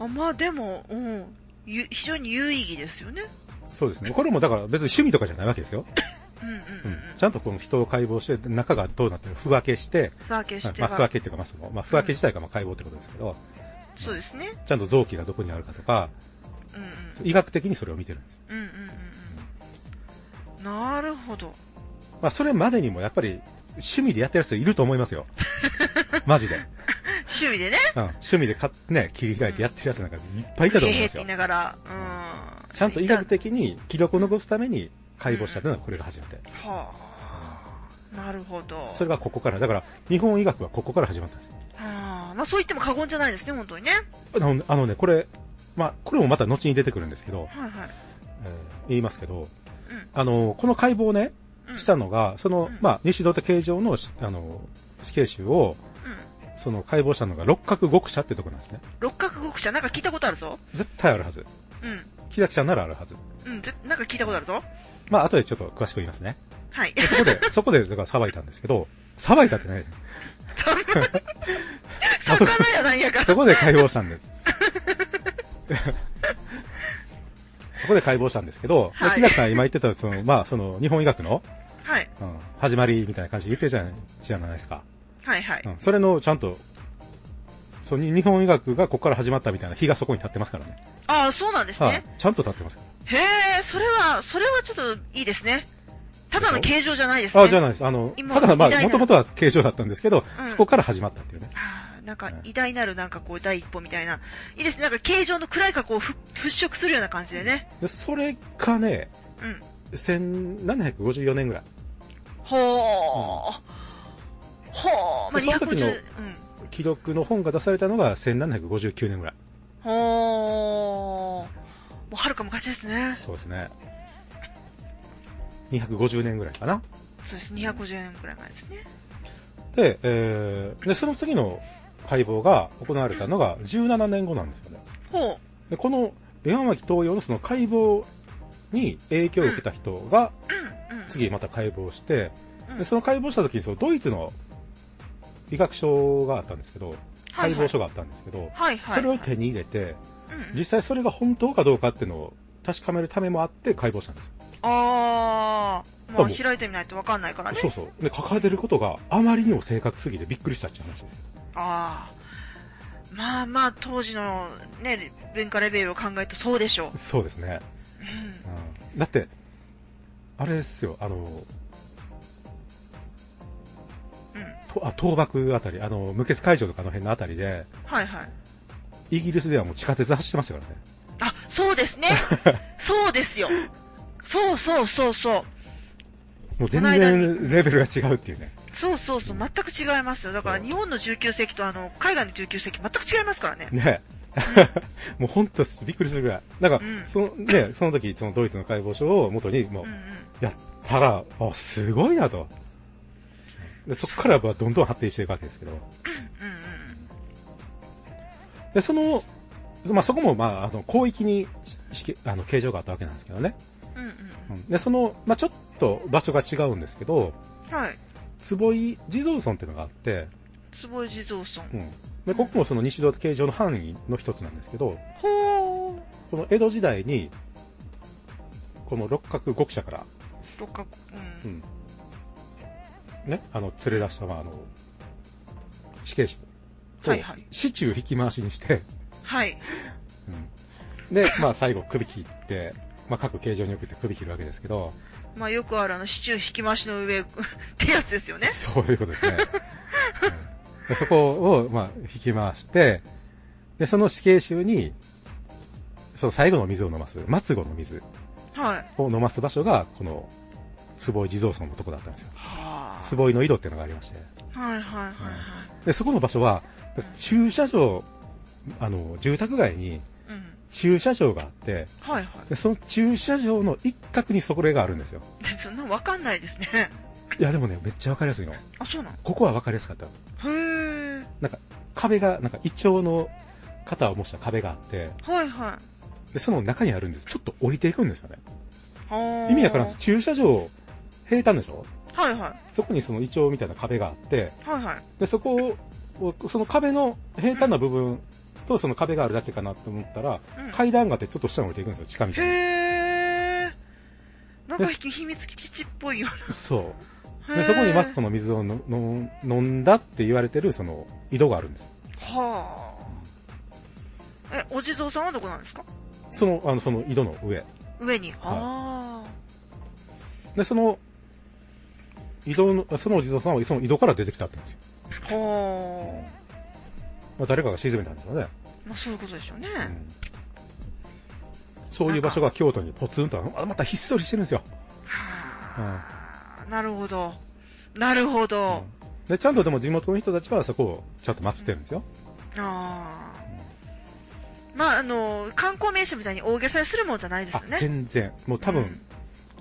[SPEAKER 2] あ、まあでも、うん。ゆ非常に有意義ですよね。
[SPEAKER 1] そうですね。これもだから別に趣味とかじゃないわけですよ。
[SPEAKER 2] うんうんうん
[SPEAKER 1] う
[SPEAKER 2] うんん。
[SPEAKER 1] ちゃんとこの人を解剖して、中がどうなってるか、ふわけして、
[SPEAKER 2] ふわけして
[SPEAKER 1] まあ、
[SPEAKER 2] は、
[SPEAKER 1] ふわけっていうか、まあ、その、まあ、ふわけ自体がまあ解剖ってことですけど、
[SPEAKER 2] そうですね。
[SPEAKER 1] ちゃんと臓器がどこにあるかとか、
[SPEAKER 2] うんうん。
[SPEAKER 1] 医学的にそれを見てるんです。
[SPEAKER 2] うんうんうんうん。なるほど。
[SPEAKER 1] まあ、それまでにもやっぱり、趣味でやってる人いると思います よ。マジで。
[SPEAKER 2] 趣味でね。
[SPEAKER 1] うん。趣味でか、ね、切り替えてやってるやつなんかいっぱいいたと思い
[SPEAKER 2] へー
[SPEAKER 1] ま
[SPEAKER 2] っ
[SPEAKER 1] す
[SPEAKER 2] て
[SPEAKER 1] よ
[SPEAKER 2] 言い。ながら、うん。
[SPEAKER 1] ちゃんと医学的に記録を残すために解剖したというのはこれが初めて。
[SPEAKER 2] はあ。なるほど。
[SPEAKER 1] それがここから、だから、日本医学はここから始まったんです。
[SPEAKER 2] はあ。まあそう言っても過言じゃないですね、本当にね。
[SPEAKER 1] あのあのね、これ、まあ、これもまた後に出てくるんですけど、
[SPEAKER 2] はいはい。
[SPEAKER 1] えー言いますけど、
[SPEAKER 2] うん
[SPEAKER 1] あの、この解剖をね、
[SPEAKER 2] うん。
[SPEAKER 1] したのが、その
[SPEAKER 2] うん、
[SPEAKER 1] まあ、西戸手形状の、しあの、死刑囚を、
[SPEAKER 2] うん。
[SPEAKER 1] その解剖したのが六角極者ってとこなんですね。
[SPEAKER 2] 六角極者、なんか聞いたことあるぞ。
[SPEAKER 1] 絶対あるはず。
[SPEAKER 2] う
[SPEAKER 1] 木崎さんならあるはず。
[SPEAKER 2] ん。うん。ぜなんか聞いたことあるぞ。
[SPEAKER 1] まあ、後でちょっと詳しく言いますね。
[SPEAKER 2] はい。
[SPEAKER 1] そこで、 そこで、だから、さばいたんですけど、さばいたってね、 あそこ
[SPEAKER 2] 魚やなんやから。
[SPEAKER 1] そこで解剖したん です。そこで解剖したんですけど、
[SPEAKER 2] はい
[SPEAKER 1] 木崎さん今言ってた、その、まあ、その、日本医学の、
[SPEAKER 2] はい。
[SPEAKER 1] うん、始まりみたいな感じで言ってるじゃないじゃないですか。
[SPEAKER 2] はいはい。
[SPEAKER 1] うん、それの、ちゃんと、そう、に日本医学がここから始まったみたいな日がそこに立ってますからね。
[SPEAKER 2] ああ、そうなんです
[SPEAKER 1] はい
[SPEAKER 2] ね。
[SPEAKER 1] ちゃんと立ってますか
[SPEAKER 2] へえ、それは、それはちょっといいですね。ただの形状じゃないです
[SPEAKER 1] ら。
[SPEAKER 2] ね。
[SPEAKER 1] あ、じゃないです。あの、
[SPEAKER 2] 今
[SPEAKER 1] ただ、まあ
[SPEAKER 2] 偉、大な
[SPEAKER 1] もともとは軽症だったんですけど、
[SPEAKER 2] うん
[SPEAKER 1] そこから始まったっていうね。
[SPEAKER 2] はあなんか
[SPEAKER 1] うん
[SPEAKER 2] 偉大なるなんかこう第一歩みたいな。いいですね。なんか形状の暗い過去をふ払拭するような感じでね。
[SPEAKER 1] で、それがね、
[SPEAKER 2] うん。
[SPEAKER 1] 1754年ぐらい。
[SPEAKER 2] ほー。ほー。まあ、
[SPEAKER 1] その時の
[SPEAKER 2] 250。うん。
[SPEAKER 1] 記録の本が出されたのが1759年ぐらい。
[SPEAKER 2] ほー。もうはるか昔ですね。
[SPEAKER 1] そうですね。250年ぐらいかな。
[SPEAKER 2] そうです。250円くらい前ですね。
[SPEAKER 1] で、えー、で、その次の解剖が行われたのが17年後なんですよね。
[SPEAKER 2] ほ
[SPEAKER 1] で、この山巻東洋のその解剖に影響を受けた人が
[SPEAKER 2] う。うん。うん。
[SPEAKER 1] 次また解剖して、
[SPEAKER 2] うん
[SPEAKER 1] でその解剖した時にそのドイツの医学書があったんですけど、
[SPEAKER 2] はい
[SPEAKER 1] 解
[SPEAKER 2] はい
[SPEAKER 1] 剖書があったんですけど、
[SPEAKER 2] はいはい。
[SPEAKER 1] それを手に入れて、
[SPEAKER 2] うんうん
[SPEAKER 1] 実際それが本当かどうかっていうのを確かめるためもあって解剖したんですよ。
[SPEAKER 2] あー。ま
[SPEAKER 1] 多
[SPEAKER 2] あ、
[SPEAKER 1] 分
[SPEAKER 2] 開いてみないとわかんないからね。
[SPEAKER 1] そうそう。で、書かれてることがあまりにも正確すぎてびっくりしたっていう話ですよ。
[SPEAKER 2] あー。まあまあ、当時のね、文化レベルを考えるとそうでしょう。
[SPEAKER 1] そうですね。
[SPEAKER 2] うん。
[SPEAKER 1] うん、だって、あれですよ、あの、
[SPEAKER 2] うん。
[SPEAKER 1] とあ倒幕あたり、あの、無血会場とかの辺のあたりで、
[SPEAKER 2] はいはい。
[SPEAKER 1] イギリスではもう地下鉄走ってましたからね。
[SPEAKER 2] あ、そうで すね。 そうですよ。そうそうそうそう。
[SPEAKER 1] もう全
[SPEAKER 2] この間
[SPEAKER 1] 然レベルが違うっていうね。
[SPEAKER 2] そうそうそう。全く違いますよ。だから
[SPEAKER 1] そう
[SPEAKER 2] 日本の19世紀とあの、海外の19世紀全く違いますからね。
[SPEAKER 1] ね もうほんとびっくりするぐらい。だから、
[SPEAKER 2] うん
[SPEAKER 1] その、ね、その時、そのドイツの解剖書を元に、もう
[SPEAKER 2] うん、うん。
[SPEAKER 1] やったら、あ、すごいなと。でそこからはどんどん発展していくわけですけど。
[SPEAKER 2] うんうん
[SPEAKER 1] で、その、まあ、そこも、まあ、あの、広域に、ししあの、形状があったわけなんですけどね。
[SPEAKER 2] うん。うん
[SPEAKER 1] うんで、その、まあ、ちょっと場所が違うんですけど、
[SPEAKER 2] うん。はい。
[SPEAKER 1] 坪井地蔵村っていうのがあって、
[SPEAKER 2] 坪井地蔵村
[SPEAKER 1] う。ん。で、ここもその西堂形状の範囲の一つなんですけど、
[SPEAKER 2] ほー。
[SPEAKER 1] この江戸時代に、この六角極社から、
[SPEAKER 2] 六角、う。
[SPEAKER 1] うんん。ね、あの、連れ出した、まあ、あの、死刑囚を
[SPEAKER 2] はいはい、
[SPEAKER 1] 市中引き回しにして、
[SPEAKER 2] はい。
[SPEAKER 1] うん。で、まあ、最後、首切って、まあ、各形状に送って首切るわけですけど、
[SPEAKER 2] まあよくあるあの、支柱引き回しの上、 ってやつですよね。
[SPEAKER 1] そういうことですね。うんでそこを、まあ、引き回して、で、その死刑囚に、その最後の水を飲ます、末後の水
[SPEAKER 2] はい。
[SPEAKER 1] を飲ます場所が、この、坪井地蔵村のとこだったんですよ。
[SPEAKER 2] はー。
[SPEAKER 1] 坪井の井戸っていうのがありまして。
[SPEAKER 2] はいはいはいはい。
[SPEAKER 1] で、そこの場所は、駐車場、あの、住宅街に
[SPEAKER 2] うん。
[SPEAKER 1] 駐車場があって、
[SPEAKER 2] はいはい。
[SPEAKER 1] でその駐車場の一角にそこがあるんですよ。
[SPEAKER 2] でそんなわかんないですね。
[SPEAKER 1] いや、でもね、めっちゃわかりやすいの。
[SPEAKER 2] あ、そうなの
[SPEAKER 1] ここはわかりやすかった。
[SPEAKER 2] へー。
[SPEAKER 1] なんか、壁が、なんか、イチョウの肩を模した壁があって、
[SPEAKER 2] はいはい。
[SPEAKER 1] で、その中にあるんです。ちょっと降りていくんですよね。
[SPEAKER 2] は
[SPEAKER 1] 意味わからんです。
[SPEAKER 2] す。
[SPEAKER 1] 駐車場、閉たんでしょ
[SPEAKER 2] はいはい。
[SPEAKER 1] そこにそのイチョウみたいな壁があって、
[SPEAKER 2] はいはい。
[SPEAKER 1] で、そこを、その壁の平坦な部分とその壁があるだけかなと思ったら、
[SPEAKER 2] うん、
[SPEAKER 1] 階段があってちょっと下に降りていくんですよ、地下みたいな。
[SPEAKER 2] へー。なんかひ秘密基地っぽいよ
[SPEAKER 1] そう。
[SPEAKER 2] な。へ
[SPEAKER 1] で、
[SPEAKER 2] ー
[SPEAKER 1] そこにマスコの水をのの飲んだって言われてる、その、井戸があるんです。
[SPEAKER 2] はあ。え、お地蔵さんはどこなんですか
[SPEAKER 1] その、あの、その井戸の上。
[SPEAKER 2] 上に。あ
[SPEAKER 1] で、その、井戸の、そのお地蔵さんはその井戸から出てきたって言うんですよ。
[SPEAKER 2] あ。はあ。
[SPEAKER 1] まあ、誰かが沈めたんでしょうね。
[SPEAKER 2] まあそういうことでしょうね。
[SPEAKER 1] うんそういう場所が京都にポツンとあの、あまたひっそりしてるんですよ。
[SPEAKER 2] はあ。なるほど。なるほど。
[SPEAKER 1] うんで、ちゃんとでも地元の人たちはそこをちゃんと祀ってるんですよ。
[SPEAKER 2] ああ。まあ、あの、観光名所みたいに大げさにするもんじゃないですよ
[SPEAKER 1] あ
[SPEAKER 2] ね。、
[SPEAKER 1] 全然。もう多分、
[SPEAKER 2] うん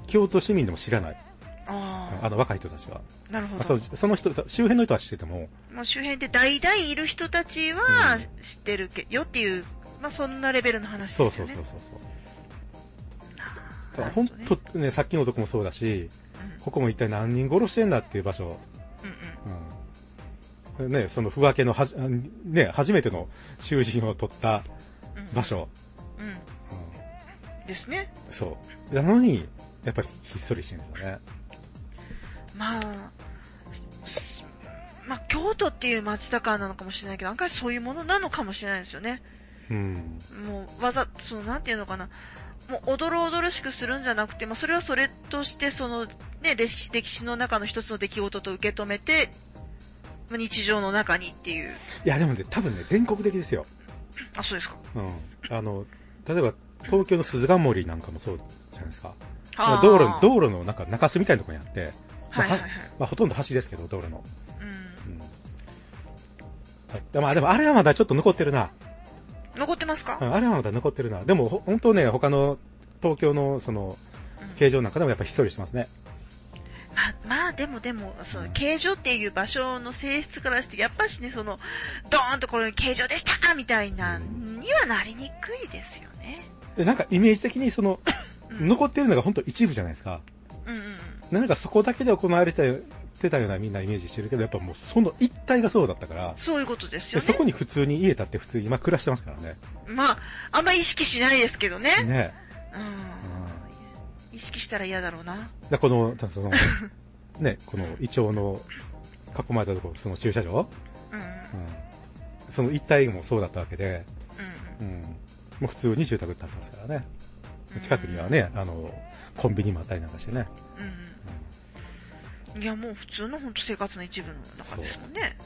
[SPEAKER 1] 京都市民でも知らない。
[SPEAKER 2] あ
[SPEAKER 1] あの、若い人たちは。
[SPEAKER 2] あ、なるほ
[SPEAKER 1] あそ
[SPEAKER 2] ど
[SPEAKER 1] う。その人た、周辺の人は知ってても、
[SPEAKER 2] まあ、周辺で代々いる人たちは
[SPEAKER 1] うん
[SPEAKER 2] 知ってるけ、よっていう、まあ、そんなレベルの話
[SPEAKER 1] そう
[SPEAKER 2] です
[SPEAKER 1] そ
[SPEAKER 2] よ
[SPEAKER 1] う
[SPEAKER 2] ね。
[SPEAKER 1] そうそうそう。だから
[SPEAKER 2] なる
[SPEAKER 1] ほ
[SPEAKER 2] ほ
[SPEAKER 1] ん
[SPEAKER 2] どね
[SPEAKER 1] とね、さっきのとこもそうだし、
[SPEAKER 2] うん
[SPEAKER 1] ここも一体何人殺してんだっていう場所。うん。ね、その不分けのはじ、ね、初めての囚人を取った
[SPEAKER 2] うんうんうん
[SPEAKER 1] 場。所。
[SPEAKER 2] うん。
[SPEAKER 1] うん
[SPEAKER 2] ですね。
[SPEAKER 1] そう。なのに、やっぱりひっそりしてるんだよね。
[SPEAKER 2] まあ、すまあ、京都っていう街だからなのかもしれないけど、案外そういうものなのかもしれないですよね。
[SPEAKER 1] うん。
[SPEAKER 2] もう、わざ、その、なんていうのかな。もう、おどろおどろしくするんじゃなくて、まあ、それはそれとして、その、ね、歴史、歴史の中の一つの出来事と受け止めて、まあ日常の中にっていう。
[SPEAKER 1] いや、でもね、多分ね、全国的ですよ。
[SPEAKER 2] あ、そうですか。
[SPEAKER 1] うん。あの、例えば、東京の鈴ヶ森なんかもそうじゃないですか。ま
[SPEAKER 2] あ
[SPEAKER 1] あ
[SPEAKER 2] ー
[SPEAKER 1] 道路、道路のなんか中州みたいなところにあって、ま
[SPEAKER 2] は
[SPEAKER 1] あ
[SPEAKER 2] いはいはい。
[SPEAKER 1] まあ、ほとんど橋ですけど、道路の。
[SPEAKER 2] うん。
[SPEAKER 1] うん。はい、まあ、でもあれはまだちょっと残ってるな。
[SPEAKER 2] 残ってます
[SPEAKER 1] う
[SPEAKER 2] か
[SPEAKER 1] んあれはまだ残ってるな。でも、ほ本当ね、他の東京のその、
[SPEAKER 2] うん
[SPEAKER 1] 形状なんかでもやっぱひっそりしてますね。
[SPEAKER 2] ままあ、でもでも、そうの
[SPEAKER 1] ん、
[SPEAKER 2] 形状っていう場所の性質からして、やっぱしね、その、ドーンとこれ形状でしたみたいな、
[SPEAKER 1] うん
[SPEAKER 2] にはなりにくいですよね。
[SPEAKER 1] で、なんかイメージ的にその、
[SPEAKER 2] うん。
[SPEAKER 1] 残ってるのが本当一部じゃないですか。
[SPEAKER 2] うんうんうん。
[SPEAKER 1] なんかそこだけで行われててたようなみんなイメージしてるけど、やっぱもうその一体がそうだったから、
[SPEAKER 2] そういうことです
[SPEAKER 1] で
[SPEAKER 2] よ
[SPEAKER 1] そ
[SPEAKER 2] ね
[SPEAKER 1] こ。に普通に家建って普通に今暮らしてますからね。
[SPEAKER 2] まあ、あんま意識しないですけどね。
[SPEAKER 1] ね
[SPEAKER 2] うん。意識したら嫌だろうな。
[SPEAKER 1] でこの、たその、ね、このイチョウの囲まれたところ、その駐車場、
[SPEAKER 2] うん。うん。
[SPEAKER 1] うん、その一体もそうだったわけで、うん、もう普通に住宅建ってますからね。
[SPEAKER 2] うん
[SPEAKER 1] 近くには。ね、あの、コンビニもあったりなんかしてね。
[SPEAKER 2] う
[SPEAKER 1] うん
[SPEAKER 2] ん。いや、もう普通の本当生活の一部の中ですもんね。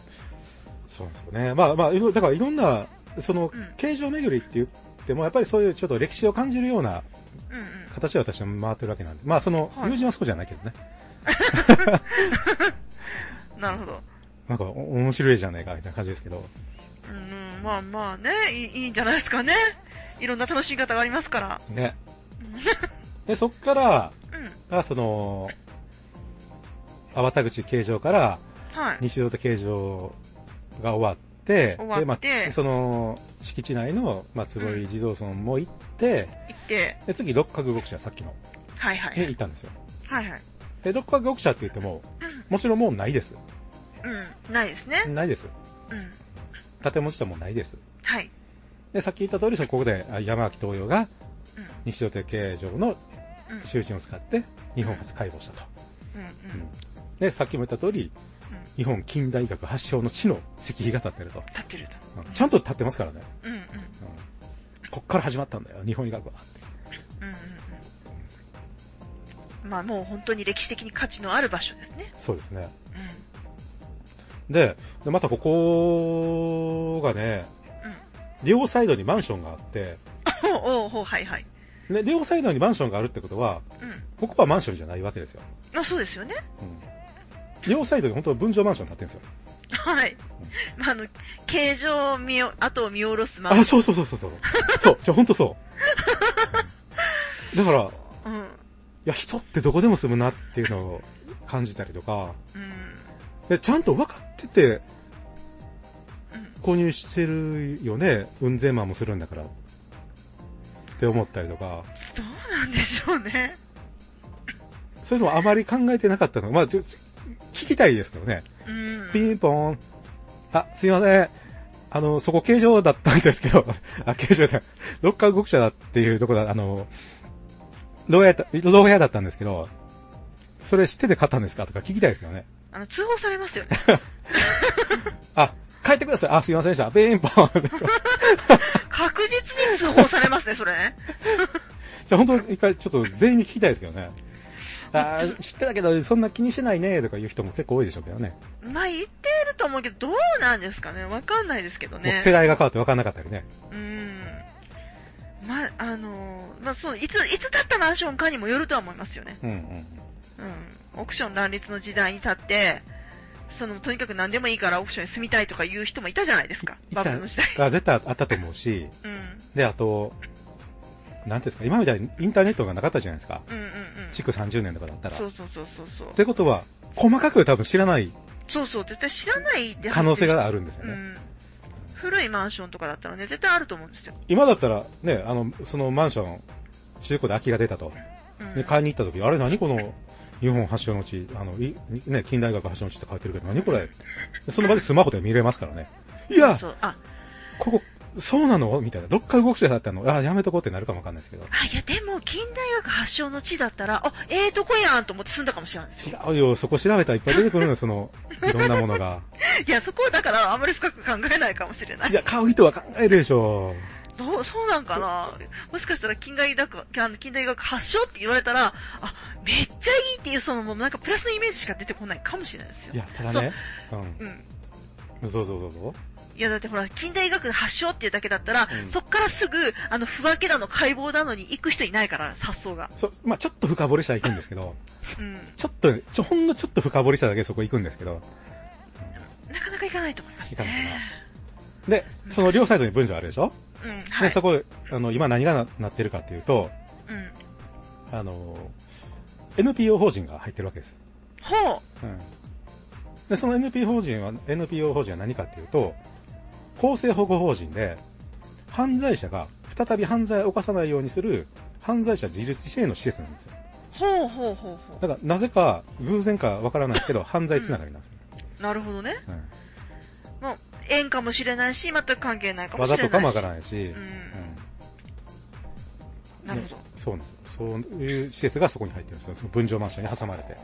[SPEAKER 1] そうなんですよね。まあまあ、いろだからいろんな、その
[SPEAKER 2] うん、
[SPEAKER 1] 形状巡りって言っても、やっぱりそういうちょっと歴史を感じるような
[SPEAKER 2] うんうん。
[SPEAKER 1] 形で私は回ってるわけなんです。まあ、その、
[SPEAKER 2] はい
[SPEAKER 1] 友人はそうじゃないけどね。
[SPEAKER 2] なるほど。
[SPEAKER 1] なんか、お面白いじゃないか、みたいな感じですけど。
[SPEAKER 2] うん、まあまあね、いいいいんじゃないですかね。いろんな楽しみ方がありますから。
[SPEAKER 1] ね。
[SPEAKER 2] う
[SPEAKER 1] で、そっから、
[SPEAKER 2] ん。うん
[SPEAKER 1] あその、粟田口形状から、
[SPEAKER 2] はい。
[SPEAKER 1] 西戸形状が終わって、
[SPEAKER 2] 終わって
[SPEAKER 1] でまあ、その、敷地内の、まあ、坪井地蔵村も行って、
[SPEAKER 2] 行って、
[SPEAKER 1] で、次、六角獄舎、さっきの、
[SPEAKER 2] はいは
[SPEAKER 1] に行
[SPEAKER 2] い。
[SPEAKER 1] ったんですよ。
[SPEAKER 2] はいはい。
[SPEAKER 1] で、六角獄舎って言っても、もちろんもうないです。
[SPEAKER 2] うん。ないですね。
[SPEAKER 1] ないです。
[SPEAKER 2] うん。
[SPEAKER 1] 建物自体もないです。
[SPEAKER 2] はい。
[SPEAKER 1] で、さっき言った通り、そこであ山脇東洋が
[SPEAKER 2] うん。
[SPEAKER 1] 西予定形状の
[SPEAKER 2] うん。
[SPEAKER 1] 囚人を使って日本初解剖したと。
[SPEAKER 2] うん。うん。うん。
[SPEAKER 1] で、さっきも言った通り、日本近代医学発祥の地の石碑が立ってると。
[SPEAKER 2] 立ってると
[SPEAKER 1] うん。ちゃんと立ってますからね。
[SPEAKER 2] うん。うん。う
[SPEAKER 1] う
[SPEAKER 2] ん。
[SPEAKER 1] んこっから始まったんだよ、日本医学は。
[SPEAKER 2] うん。うん。まあもう本当に歴史的に価値のある場所ですね。
[SPEAKER 1] そうですね。
[SPEAKER 2] うん。うん。
[SPEAKER 1] で、でまたここがね、両サイドにマンションがあって、
[SPEAKER 2] おうおうおうはいはい。
[SPEAKER 1] で両サイドにマンションがあるってことは、
[SPEAKER 2] うん。
[SPEAKER 1] ここはマンションじゃないわけですよ。
[SPEAKER 2] まあそうですよね。
[SPEAKER 1] うん両サイドに本当は分譲マンション建ってるんですよ。
[SPEAKER 2] はい。まああの、形状を見よ、後を見下ろすま
[SPEAKER 1] あ、そうそうそうそうそう。そう、じゃあほんとそう。だから、い
[SPEAKER 2] うん。うん。
[SPEAKER 1] や、人ってどこでも住むなっていうのを感じたりとか、でちゃんと分かってて
[SPEAKER 2] うん。
[SPEAKER 1] 購入してるよね、運善マンもするんだから。って思ったりとか、
[SPEAKER 2] どうなんでしょうね。
[SPEAKER 1] それでもあまり考えてなかったの。まあ、ちょ聞きたいですけどね。
[SPEAKER 2] うん。
[SPEAKER 1] ピンポン。あ、すいません。あの、そこ形状だったんですけど、 あ、形状だ。ロッカー動く者だっていうところだ、あの、牢屋だ、牢屋だったんですけど、それ知ってて買ったんですかとか聞きたいですけどね。
[SPEAKER 2] あの、通報されますよね。
[SPEAKER 1] あ、帰ってください。あ、すいませんでした。ピン ポン。
[SPEAKER 2] 確実に通報されますね、それね。
[SPEAKER 1] じゃあ本当に一回ちょっと全員に聞きたいですけどね。あー知ってたけど、そんな気にしてないね、とか言う人も結構多いでしょうけどね。
[SPEAKER 2] まあ言ってると思うけど、どうなんですかねわかんないですけど
[SPEAKER 1] もう世
[SPEAKER 2] ね。
[SPEAKER 1] 代が変わって分かんなかったりね。
[SPEAKER 2] うん。まあ、あの、まあそう、いつ、いつだったマンションかにもよるとは思いますよね。
[SPEAKER 1] うんうん。
[SPEAKER 2] うん。オークション乱立の時代に立って、その、とにかく何でもいいからオークションに住みたいとかいう人もいたじゃないですか。
[SPEAKER 1] い
[SPEAKER 2] バブルの時代。
[SPEAKER 1] あ絶対あったと思うし、
[SPEAKER 2] うん。
[SPEAKER 1] で、あと、なんていうんですか、今みたいにインターネットがなかったじゃないですか。
[SPEAKER 2] うんうんうん。
[SPEAKER 1] 築30年とかだったら。っ
[SPEAKER 2] そうそうそうそうそう。
[SPEAKER 1] てことは、細かく多分知らない
[SPEAKER 2] そうそう、絶対知らないで
[SPEAKER 1] 可能性が
[SPEAKER 2] る。
[SPEAKER 1] あるんですよ
[SPEAKER 2] う
[SPEAKER 1] ね。
[SPEAKER 2] ん。古いマンションとかだったらね、絶対あると思うんですよ。
[SPEAKER 1] 今だったら、ね、あの、そのマンション、中古で空きが出たと。
[SPEAKER 2] うん。
[SPEAKER 1] で、買いに行った時、あれ何この、日本発祥の地、あの、いね、近代学発祥の地って書いてるけど、何これでその場でスマホで見れますから ね。いや、
[SPEAKER 2] そうそうあ、
[SPEAKER 1] ここ、そうなのみたいな。どっか動く人だったのあ、やめとこうってなるかもわかんないですけど。
[SPEAKER 2] あ、いや、でも、近代学発祥の地だったら、あ、ええとこやんと思って住んだかもしれないです。
[SPEAKER 1] 違うよ、そこ調べたらいっぱい出てくるのよ、その、いろんなものが。
[SPEAKER 2] いや、そこはだから、あまり深く考えないかもしれない。
[SPEAKER 1] いや、買う人は考えるでしょ
[SPEAKER 2] どう、そうなんかなもしかしたら、近代学、あの近代学発祥って言われたら、あ、めっちゃいいっていう、その、もうなんかプラスのイメージしか出てこないかもしれないですよ。
[SPEAKER 1] う。いや、ただね、う
[SPEAKER 2] うん。
[SPEAKER 1] ん。そうそうそうそう。
[SPEAKER 2] いや、だってほら、近代学発祥っていうだけだったら、
[SPEAKER 1] うん
[SPEAKER 2] そっからすぐ、あの、不分けだの、解剖だのに行く人いないから、発想が。
[SPEAKER 1] そう、まあちょっと深掘りしたら行くんですけど、
[SPEAKER 2] うん。
[SPEAKER 1] ちょっと、ちょ、ほんのちょっと深掘りしただけでそこ行くんですけど、
[SPEAKER 2] なかなか行かないと思います
[SPEAKER 1] 行かない
[SPEAKER 2] ね。
[SPEAKER 1] で、その両サイドに文章あるでしょ、
[SPEAKER 2] うん、はい。
[SPEAKER 1] で、そこ、あの、今何がななってるかっていうと、
[SPEAKER 2] うん。
[SPEAKER 1] あの、NPO 法人が入ってるわけです。
[SPEAKER 2] ほ
[SPEAKER 1] うん。で、その NPO 法人は、NPO 法人は何かっていうと、公正保護法人で、犯罪者が再び犯罪を犯さないようにする、犯罪者自立支援の施設なんですよ。
[SPEAKER 2] う、ほうほうほうほ
[SPEAKER 1] だから、なぜか、偶然かわからないですけど、犯罪つながりなんですよ。
[SPEAKER 2] う。なるほどね。
[SPEAKER 1] うん
[SPEAKER 2] もう、縁かもしれないし、全く関係ないかも
[SPEAKER 1] わ
[SPEAKER 2] しれ
[SPEAKER 1] ざ
[SPEAKER 2] ない
[SPEAKER 1] と
[SPEAKER 2] し。
[SPEAKER 1] かもわから
[SPEAKER 2] い。
[SPEAKER 1] ないし、
[SPEAKER 2] うん
[SPEAKER 1] う
[SPEAKER 2] なるほど。
[SPEAKER 1] そうなんですよ。そういう施設がそこに入ってるんですよ。その分譲マンションに挟まれて。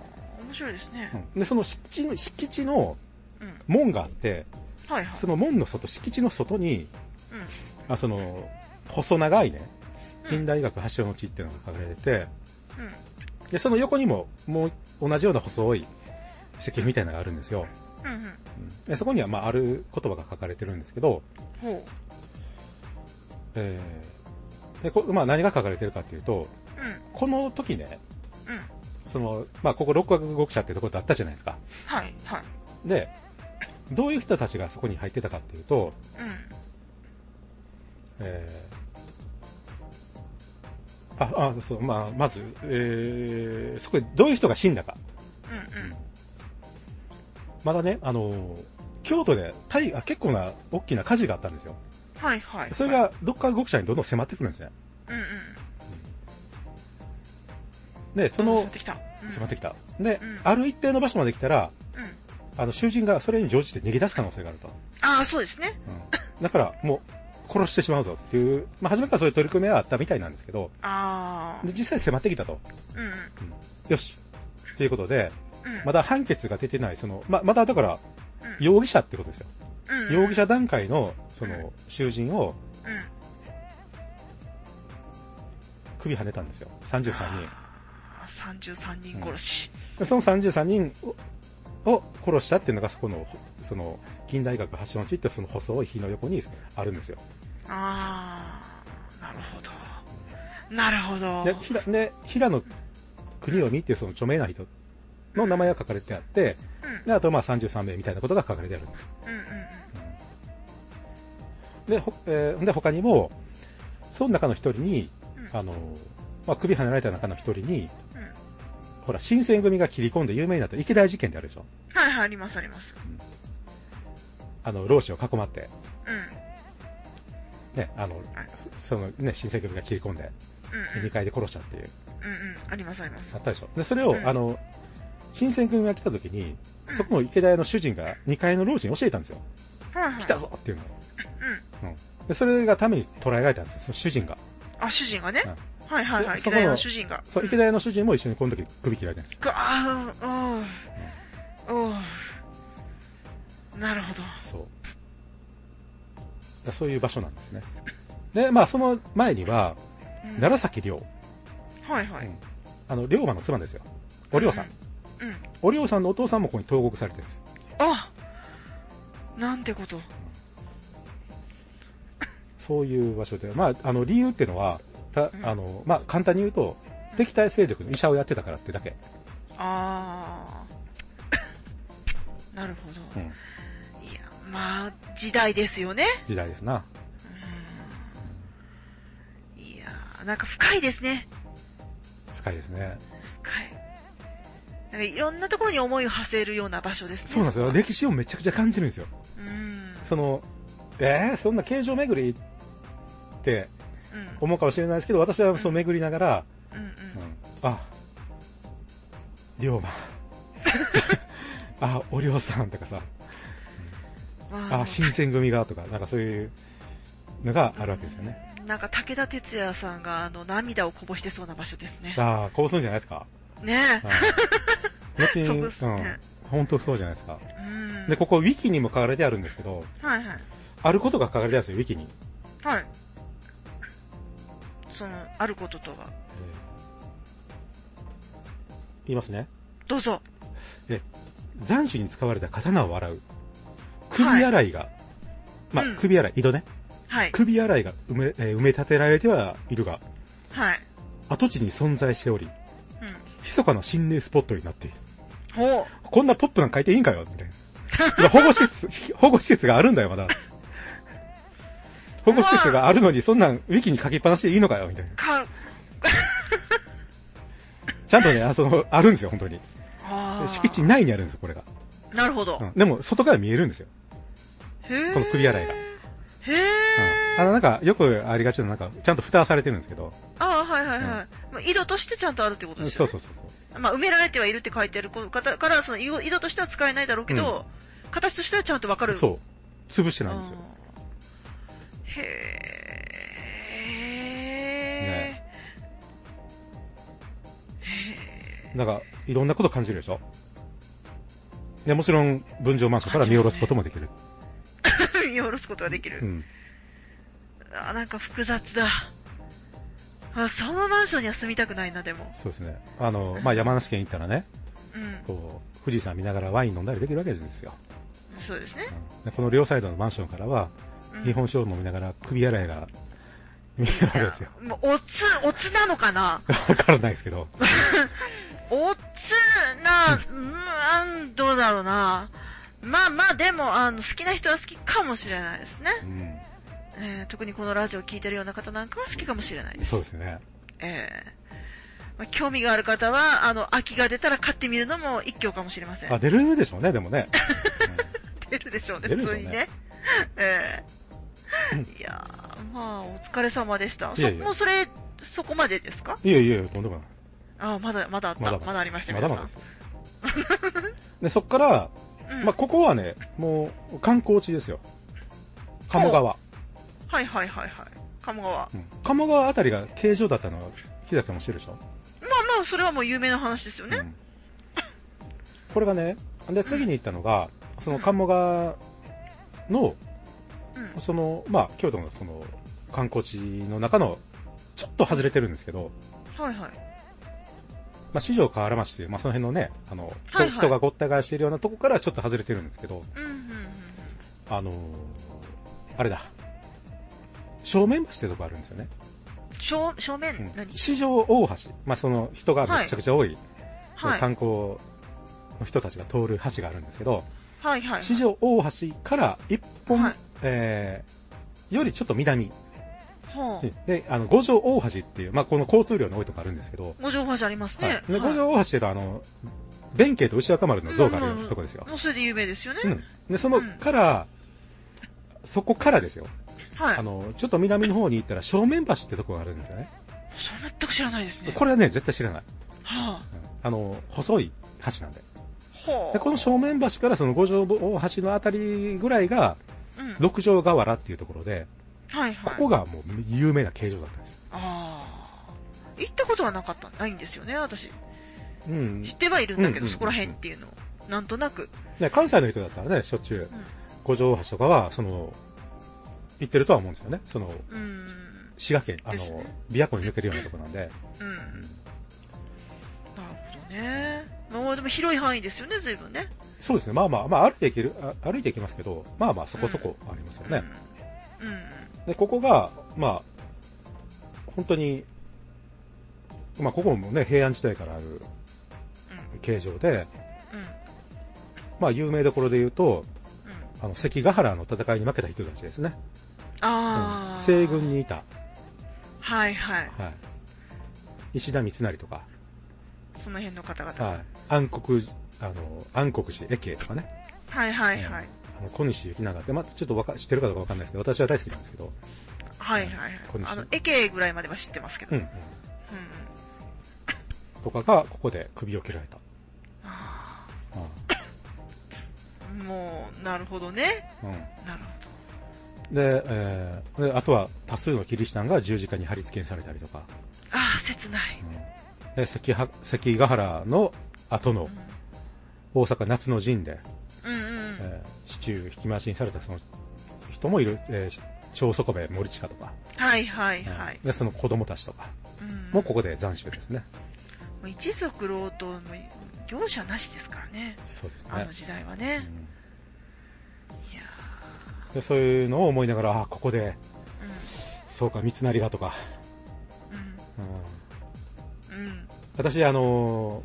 [SPEAKER 2] 面白いですね
[SPEAKER 1] う。んで、その敷地の、敷地の
[SPEAKER 2] うん。
[SPEAKER 1] 門があって、
[SPEAKER 2] はいはい。
[SPEAKER 1] その門の外、敷地の外に、
[SPEAKER 2] うん。
[SPEAKER 1] あその、細長いね、
[SPEAKER 2] うん
[SPEAKER 1] 近代医学発祥の地っていうのが書かれてて、
[SPEAKER 2] うん。
[SPEAKER 1] で、その横にも、もう同じような細い石碑みたいなのがあるんですよ。
[SPEAKER 2] うん。うん。
[SPEAKER 1] うんでそこには、まあ、ある言葉が書かれてるんですけど、
[SPEAKER 2] ほ
[SPEAKER 1] えーでこまあ、何が書かれてるかっていうと、
[SPEAKER 2] う。うん。
[SPEAKER 1] この時ね、
[SPEAKER 2] うん。
[SPEAKER 1] その、まあ、ここ六角国社っていうところだったじゃないですか。
[SPEAKER 2] はいはい。
[SPEAKER 1] で、どういう人たちがそこに入ってたかっていうと、
[SPEAKER 2] うん。
[SPEAKER 1] えーあ、あ、そう、まあ、まず、えーそこでどういう人が死んだか。
[SPEAKER 2] うんうん。
[SPEAKER 1] まだね、あのー京都でタイあ結構な大きな火事があったんですよ。
[SPEAKER 2] はいはい。
[SPEAKER 1] それ、がどっか動く者にどんどん迫ってくるんですね。
[SPEAKER 2] うんうん。
[SPEAKER 1] で、そ
[SPEAKER 2] どんどん迫
[SPEAKER 1] の
[SPEAKER 2] っ、てきた。うん
[SPEAKER 1] 迫ってきた。で
[SPEAKER 2] うん、
[SPEAKER 1] ある一定の場所まで来たら、
[SPEAKER 2] うん。
[SPEAKER 1] あの、囚人がそれに乗じて逃げ出す可能性があると。
[SPEAKER 2] ああ、そうですね。
[SPEAKER 1] だから、もう、殺してしまうぞっていう、まあ、初めからそういう取り組みはあったみたいなんですけど、
[SPEAKER 2] ああ
[SPEAKER 1] で。実際迫ってきたと。
[SPEAKER 2] うんうん。
[SPEAKER 1] よし。ということで、
[SPEAKER 2] うん。
[SPEAKER 1] まだ判決が出てない、その、ま、まだだから、
[SPEAKER 2] うん、
[SPEAKER 1] 容疑者ってことですよ。
[SPEAKER 2] うん
[SPEAKER 1] 容疑者段階の、その、囚人を
[SPEAKER 2] うん。
[SPEAKER 1] 首跳ねたんですよ。33
[SPEAKER 2] あー33人殺し。
[SPEAKER 1] 人。その33人をを殺したっていうのが、そこの、その、近代学発祥の地ってその細い火の横にあるんですよ。
[SPEAKER 2] ああ、なるほど。なるほど。
[SPEAKER 1] で、平で平野国臣っていうその著名な人の名前が書かれてあって、
[SPEAKER 2] うん
[SPEAKER 1] で、あとまあ33名みたいなことが書かれてあるんです。
[SPEAKER 2] うんうん
[SPEAKER 1] で、ほえーで他にも、その中の一人に、
[SPEAKER 2] うん。
[SPEAKER 1] あの、まあ、首離れた中の一人に、
[SPEAKER 2] うんうん
[SPEAKER 1] ほら、新選組が切り込んで有名になった池田事件であるでしょ。
[SPEAKER 2] はいはい、ありますあります。
[SPEAKER 1] あの、老子を囲まって、
[SPEAKER 2] うん。
[SPEAKER 1] ね、あの、そのね、新選組が切り込んで、
[SPEAKER 2] うんうん。
[SPEAKER 1] 2階で殺したっていう。
[SPEAKER 2] うんうん、ありますあります
[SPEAKER 1] あ。ったでしょ。で、それを、
[SPEAKER 2] うん
[SPEAKER 1] あの、新選組が来た時に、
[SPEAKER 2] うん
[SPEAKER 1] そこの池田屋の主人が2階の老人に教えたんですよ。
[SPEAKER 2] はいはい。
[SPEAKER 1] 来たぞっていうのを。
[SPEAKER 2] う
[SPEAKER 1] で、それがために捉えられたんですよ、その主人が。
[SPEAKER 2] ん。あ、主人がね
[SPEAKER 1] う。
[SPEAKER 2] はいはいはい。
[SPEAKER 1] でそこ
[SPEAKER 2] 池
[SPEAKER 1] の
[SPEAKER 2] 田屋の主人が。
[SPEAKER 1] そう、
[SPEAKER 2] ん
[SPEAKER 1] 池田屋の主人も一緒にこの時首切られたんですよ。
[SPEAKER 2] くあーうんうんうんなるほど。
[SPEAKER 1] そう。だからそういう場所なんですね。で、まあ、その前には、
[SPEAKER 2] うん
[SPEAKER 1] 楢崎亮、
[SPEAKER 2] はいはい。
[SPEAKER 1] あの、龍馬の妻ですよ。お龍さん。
[SPEAKER 2] うん。うん。
[SPEAKER 1] お龍さんのお父さんもここに投獄されてるんですよ。
[SPEAKER 2] あなんてこと。
[SPEAKER 1] そういう場所で。まあ、あの、理由っていうのは、た
[SPEAKER 2] うん
[SPEAKER 1] あの、まあ、簡単に言うと、敵対勢力の医者をやってたからってだけ。
[SPEAKER 2] あー。 なるほど。
[SPEAKER 1] うん。
[SPEAKER 2] いや、まあ、時代ですよね。
[SPEAKER 1] 時代ですな。
[SPEAKER 2] うんいやー、なんか深いですね。
[SPEAKER 1] 深いですね。
[SPEAKER 2] 深い。なんかいろんなところに思いを馳せるような場所ですね。
[SPEAKER 1] そうなんですよ。
[SPEAKER 2] こは
[SPEAKER 1] 歴史をめちゃくちゃ感じるんですよ。
[SPEAKER 2] うん。
[SPEAKER 1] その、えー、そんな形状巡りって
[SPEAKER 2] うん。
[SPEAKER 1] 思うかもしれないですけど、私はそう巡りながら、
[SPEAKER 2] うんうん。
[SPEAKER 1] うんあ、龍 馬。あ、お龍さんとかさ、
[SPEAKER 2] ま
[SPEAKER 1] あ、新選組がとか、なんかそういうのがあるわけですよね。
[SPEAKER 2] なんか武田鉄矢さんがあの涙をこぼしてそうな場所ですね。
[SPEAKER 1] ああ、こうするんじゃないですか。
[SPEAKER 2] ねえ。
[SPEAKER 1] はい後に、
[SPEAKER 2] そう
[SPEAKER 1] う
[SPEAKER 2] で
[SPEAKER 1] ん
[SPEAKER 2] すね、
[SPEAKER 1] 本当そうじゃないですか。
[SPEAKER 2] うん。
[SPEAKER 1] で、ここ、ウィキにも書かれてあるんですけど、
[SPEAKER 2] はいはい。
[SPEAKER 1] あることが書かれてあるんですよ、ウィキに。
[SPEAKER 2] はい。その、あることとは。
[SPEAKER 1] えー言いますね。
[SPEAKER 2] どうぞ。
[SPEAKER 1] 斬首に使われた刀を洗う。首洗いが、まあ
[SPEAKER 2] うん、
[SPEAKER 1] 首洗い、井戸ね。
[SPEAKER 2] はい。
[SPEAKER 1] 首洗いが埋め,、えー埋め立てられてはいるが、
[SPEAKER 2] はい。
[SPEAKER 1] 跡地に存在しており、
[SPEAKER 2] うん。
[SPEAKER 1] 密かな心霊スポットになっている。
[SPEAKER 2] ほ
[SPEAKER 1] こんなポップなん書いていいんかよみたいな。いや保護施設、 保護施設があるんだよ、まだ。保護施設があるのに、そんなん、ウィキに書きっぱなしでいいのかよみたいな
[SPEAKER 2] う。。か、
[SPEAKER 1] ちゃんとね、あその、あるんですよ、本当に。
[SPEAKER 2] あー
[SPEAKER 1] 敷地。内にあるんですよ、これが。
[SPEAKER 2] なるほど。
[SPEAKER 1] うんでも、外から見えるんですよ。
[SPEAKER 2] へー
[SPEAKER 1] この首洗いが
[SPEAKER 2] へ
[SPEAKER 1] うん
[SPEAKER 2] え。
[SPEAKER 1] あの、なんか、よくありがちな、なんか、ちゃんと蓋はされてるんですけど。
[SPEAKER 2] ああ、はいはいはい。まあ、井戸としてちゃんとあるってこと
[SPEAKER 1] そう
[SPEAKER 2] です
[SPEAKER 1] そ
[SPEAKER 2] よ
[SPEAKER 1] う
[SPEAKER 2] ね。
[SPEAKER 1] そうそう。
[SPEAKER 2] まあ、埋められてはいるって書いてある方から、その井戸井戸としては使えないだろうけど、形としてはちゃんとわかる。
[SPEAKER 1] そう。潰してないんですよ。
[SPEAKER 2] へえ。
[SPEAKER 1] ねなんか、いろんなこと感じるでしょ。で、もちろん、分譲マンションから見下ろすこともできる。
[SPEAKER 2] 見下ろすことができる。
[SPEAKER 1] うん。
[SPEAKER 2] あなんか複雑だ。あそのマンションには住みたくないな、でも。
[SPEAKER 1] そうですね。あの、まあ、山梨県行ったらね、
[SPEAKER 2] うん。
[SPEAKER 1] こう、富士山見ながらワイン飲んだりできるわけですよ。
[SPEAKER 2] そうですね。
[SPEAKER 1] でこの両サイドのマンションからは、
[SPEAKER 2] うん
[SPEAKER 1] 日本酒を飲みながら首洗いが見えるわけですよ。
[SPEAKER 2] もう、おつ、おつなのかな
[SPEAKER 1] わからないですけど。
[SPEAKER 2] おつな、うんあん、どうだろうな。まあまあ、でも、あの、好きな人は好きかもしれないですね。
[SPEAKER 1] うん。
[SPEAKER 2] えー特にこのラジオを聞いてるような方なんかは好きかもしれないです。
[SPEAKER 1] そうです ね。
[SPEAKER 2] えーまあ、興味がある方は、あの、秋が出たら買ってみるのも一挙かもしれません。
[SPEAKER 1] あ、出るでしょうね、でも ね。
[SPEAKER 2] 出るでしょうね、
[SPEAKER 1] 出る
[SPEAKER 2] 普
[SPEAKER 1] でしょうね
[SPEAKER 2] 通にね。ええいやー、まあ、お疲れ様でした。そ
[SPEAKER 1] いえいえ
[SPEAKER 2] もうそれ、そこまでですか
[SPEAKER 1] いやいやいや、とんでもない。
[SPEAKER 2] あーまだ、まだあった。
[SPEAKER 1] ま
[SPEAKER 2] ま
[SPEAKER 1] だ
[SPEAKER 2] だ
[SPEAKER 1] まだ
[SPEAKER 2] ありました、
[SPEAKER 1] まだまだ
[SPEAKER 2] 皆
[SPEAKER 1] で
[SPEAKER 2] さ
[SPEAKER 1] す。で、そっから、
[SPEAKER 2] んうん
[SPEAKER 1] まあ、ここはね、もう観光地ですよ。鴨川。
[SPEAKER 2] はいはいはいはい。鴨川。まあ
[SPEAKER 1] うん鴨川あたりが形状だったのは、木崎さんも知ってるでしょ、
[SPEAKER 2] まあ、それはもう有名な話ですよね。
[SPEAKER 1] うんこれがね、で、次に行ったのが、その鴨川の、
[SPEAKER 2] うん。
[SPEAKER 1] その、まあ、京都のその、観光地の中の、ちょっと外れてるんですけど、
[SPEAKER 2] はいはい。
[SPEAKER 1] まあ、四条河原町っていう、まあ、その辺のね、あの、人,、
[SPEAKER 2] はいはい
[SPEAKER 1] 人がごった返しているようなとこからちょっと外れてるんですけど、
[SPEAKER 2] うんうんうん。
[SPEAKER 1] あのーあれだ。正面橋ってとこあるんですよね。
[SPEAKER 2] 正正面、
[SPEAKER 1] うん
[SPEAKER 2] 何
[SPEAKER 1] 四条大橋。まあ、その人がめちゃくちゃ多い、
[SPEAKER 2] はい。はい
[SPEAKER 1] 観光の人たちが通る橋があるんですけど、
[SPEAKER 2] はいはい。
[SPEAKER 1] 四条大橋から一本、
[SPEAKER 2] はい
[SPEAKER 1] えー、よりちょっと南。
[SPEAKER 2] ほう。
[SPEAKER 1] で、あの、五条大橋っていう、まあ、この交通量の多いとこあるんですけど、
[SPEAKER 2] ご情報じゃあります
[SPEAKER 1] はい
[SPEAKER 2] ね。
[SPEAKER 1] で
[SPEAKER 2] はい
[SPEAKER 1] 五条大橋っていうのは、あの、弁慶と牛若丸の像があるとこですよ。
[SPEAKER 2] もうそれで有名ですよね。
[SPEAKER 1] うん。で、そのから、そこからですよ。
[SPEAKER 2] はい。
[SPEAKER 1] あの、ちょっと南の方に行ったら正面橋ってとこがあるんですよね。
[SPEAKER 2] それ全く知らないですね。
[SPEAKER 1] これはね、絶対知らない。
[SPEAKER 2] はあ、
[SPEAKER 1] あの、細い橋なんで。
[SPEAKER 2] ほう。
[SPEAKER 1] でこの正面橋からその五条大橋のあたりぐらいが、
[SPEAKER 2] うん、
[SPEAKER 1] 六条河原っていうところで、
[SPEAKER 2] はいは
[SPEAKER 1] こ
[SPEAKER 2] い。
[SPEAKER 1] こがもう有名な形状だったんです。
[SPEAKER 2] ああ。行ったことはなかった、ないんですよね、私。
[SPEAKER 1] うん
[SPEAKER 2] 知。ってはいるんだ
[SPEAKER 1] う
[SPEAKER 2] けど、
[SPEAKER 1] んうんうんうん
[SPEAKER 2] そこら辺っていうのを、なんとなく。
[SPEAKER 1] ね関西の人だったらね、しょっちゅう
[SPEAKER 2] うん、
[SPEAKER 1] 五条大橋とかは、その、行ってるとは思うんですよね。その、
[SPEAKER 2] うーん。
[SPEAKER 1] 滋賀県、あ
[SPEAKER 2] です
[SPEAKER 1] の
[SPEAKER 2] ね、
[SPEAKER 1] 琵琶湖に抜けるようなとこなんで。
[SPEAKER 2] うん。な
[SPEAKER 1] うん
[SPEAKER 2] るほどね。まあでも広い範囲ですよね、随分ね。
[SPEAKER 1] そうですね。まあまあ、まあ歩いていける、あ歩いていけますけど、まあまあそこそこありますよね。
[SPEAKER 2] うん。うんうん。
[SPEAKER 1] で、ここが、まあ、本当に、まあここもね、平安時代からある形状で、
[SPEAKER 2] うん。うん。
[SPEAKER 1] まあ有名どころで言うと、
[SPEAKER 2] うん。
[SPEAKER 1] あの、関ヶ原の戦いに負けた人たちですね。
[SPEAKER 2] ああ、
[SPEAKER 1] うん西軍。にいた、
[SPEAKER 2] はいはい。
[SPEAKER 1] はい、石田三成とか、
[SPEAKER 2] その辺の方々。
[SPEAKER 1] はい、暗黒、あの、暗黒寺駅とかね、
[SPEAKER 2] はいはいはい。
[SPEAKER 1] あの小西行長って、まあ、ちょっとわか知ってるかどうかわかんないですけど、私は大好きなんですけど、
[SPEAKER 2] はいはいはい
[SPEAKER 1] こんに。ちは
[SPEAKER 2] あの、エケぐらいまでは知ってますけど。
[SPEAKER 1] う、
[SPEAKER 2] うんん
[SPEAKER 1] う
[SPEAKER 2] うんん。
[SPEAKER 1] とかがここで首を切られた。
[SPEAKER 2] あ
[SPEAKER 1] う
[SPEAKER 2] ーもう、なるほどね。
[SPEAKER 1] んうん
[SPEAKER 2] なるほ
[SPEAKER 1] で、えーであとは多数のキリシタンが十字架に貼り付けにされたりとか、
[SPEAKER 2] ど。ああ、切ない。
[SPEAKER 1] うんで関は関ヶ原の後の大阪夏の陣で、
[SPEAKER 2] うんうんうん。
[SPEAKER 1] えー市中引き回しにされたその人もいる、えー小底部森近とか、
[SPEAKER 2] はいはいはい。
[SPEAKER 1] で、その子供たちとか
[SPEAKER 2] うん
[SPEAKER 1] もここで斬首ですね。
[SPEAKER 2] もう一族老とも容赦なしですからね。
[SPEAKER 1] そうですね。
[SPEAKER 2] あの時代は
[SPEAKER 1] う
[SPEAKER 2] ね。
[SPEAKER 1] ん
[SPEAKER 2] いや
[SPEAKER 1] でそういうのを思いながら、あ、ここで、
[SPEAKER 2] ー
[SPEAKER 1] そうか、三成がとか。
[SPEAKER 2] う
[SPEAKER 1] うん
[SPEAKER 2] ん。うん。うん。
[SPEAKER 1] 私、あの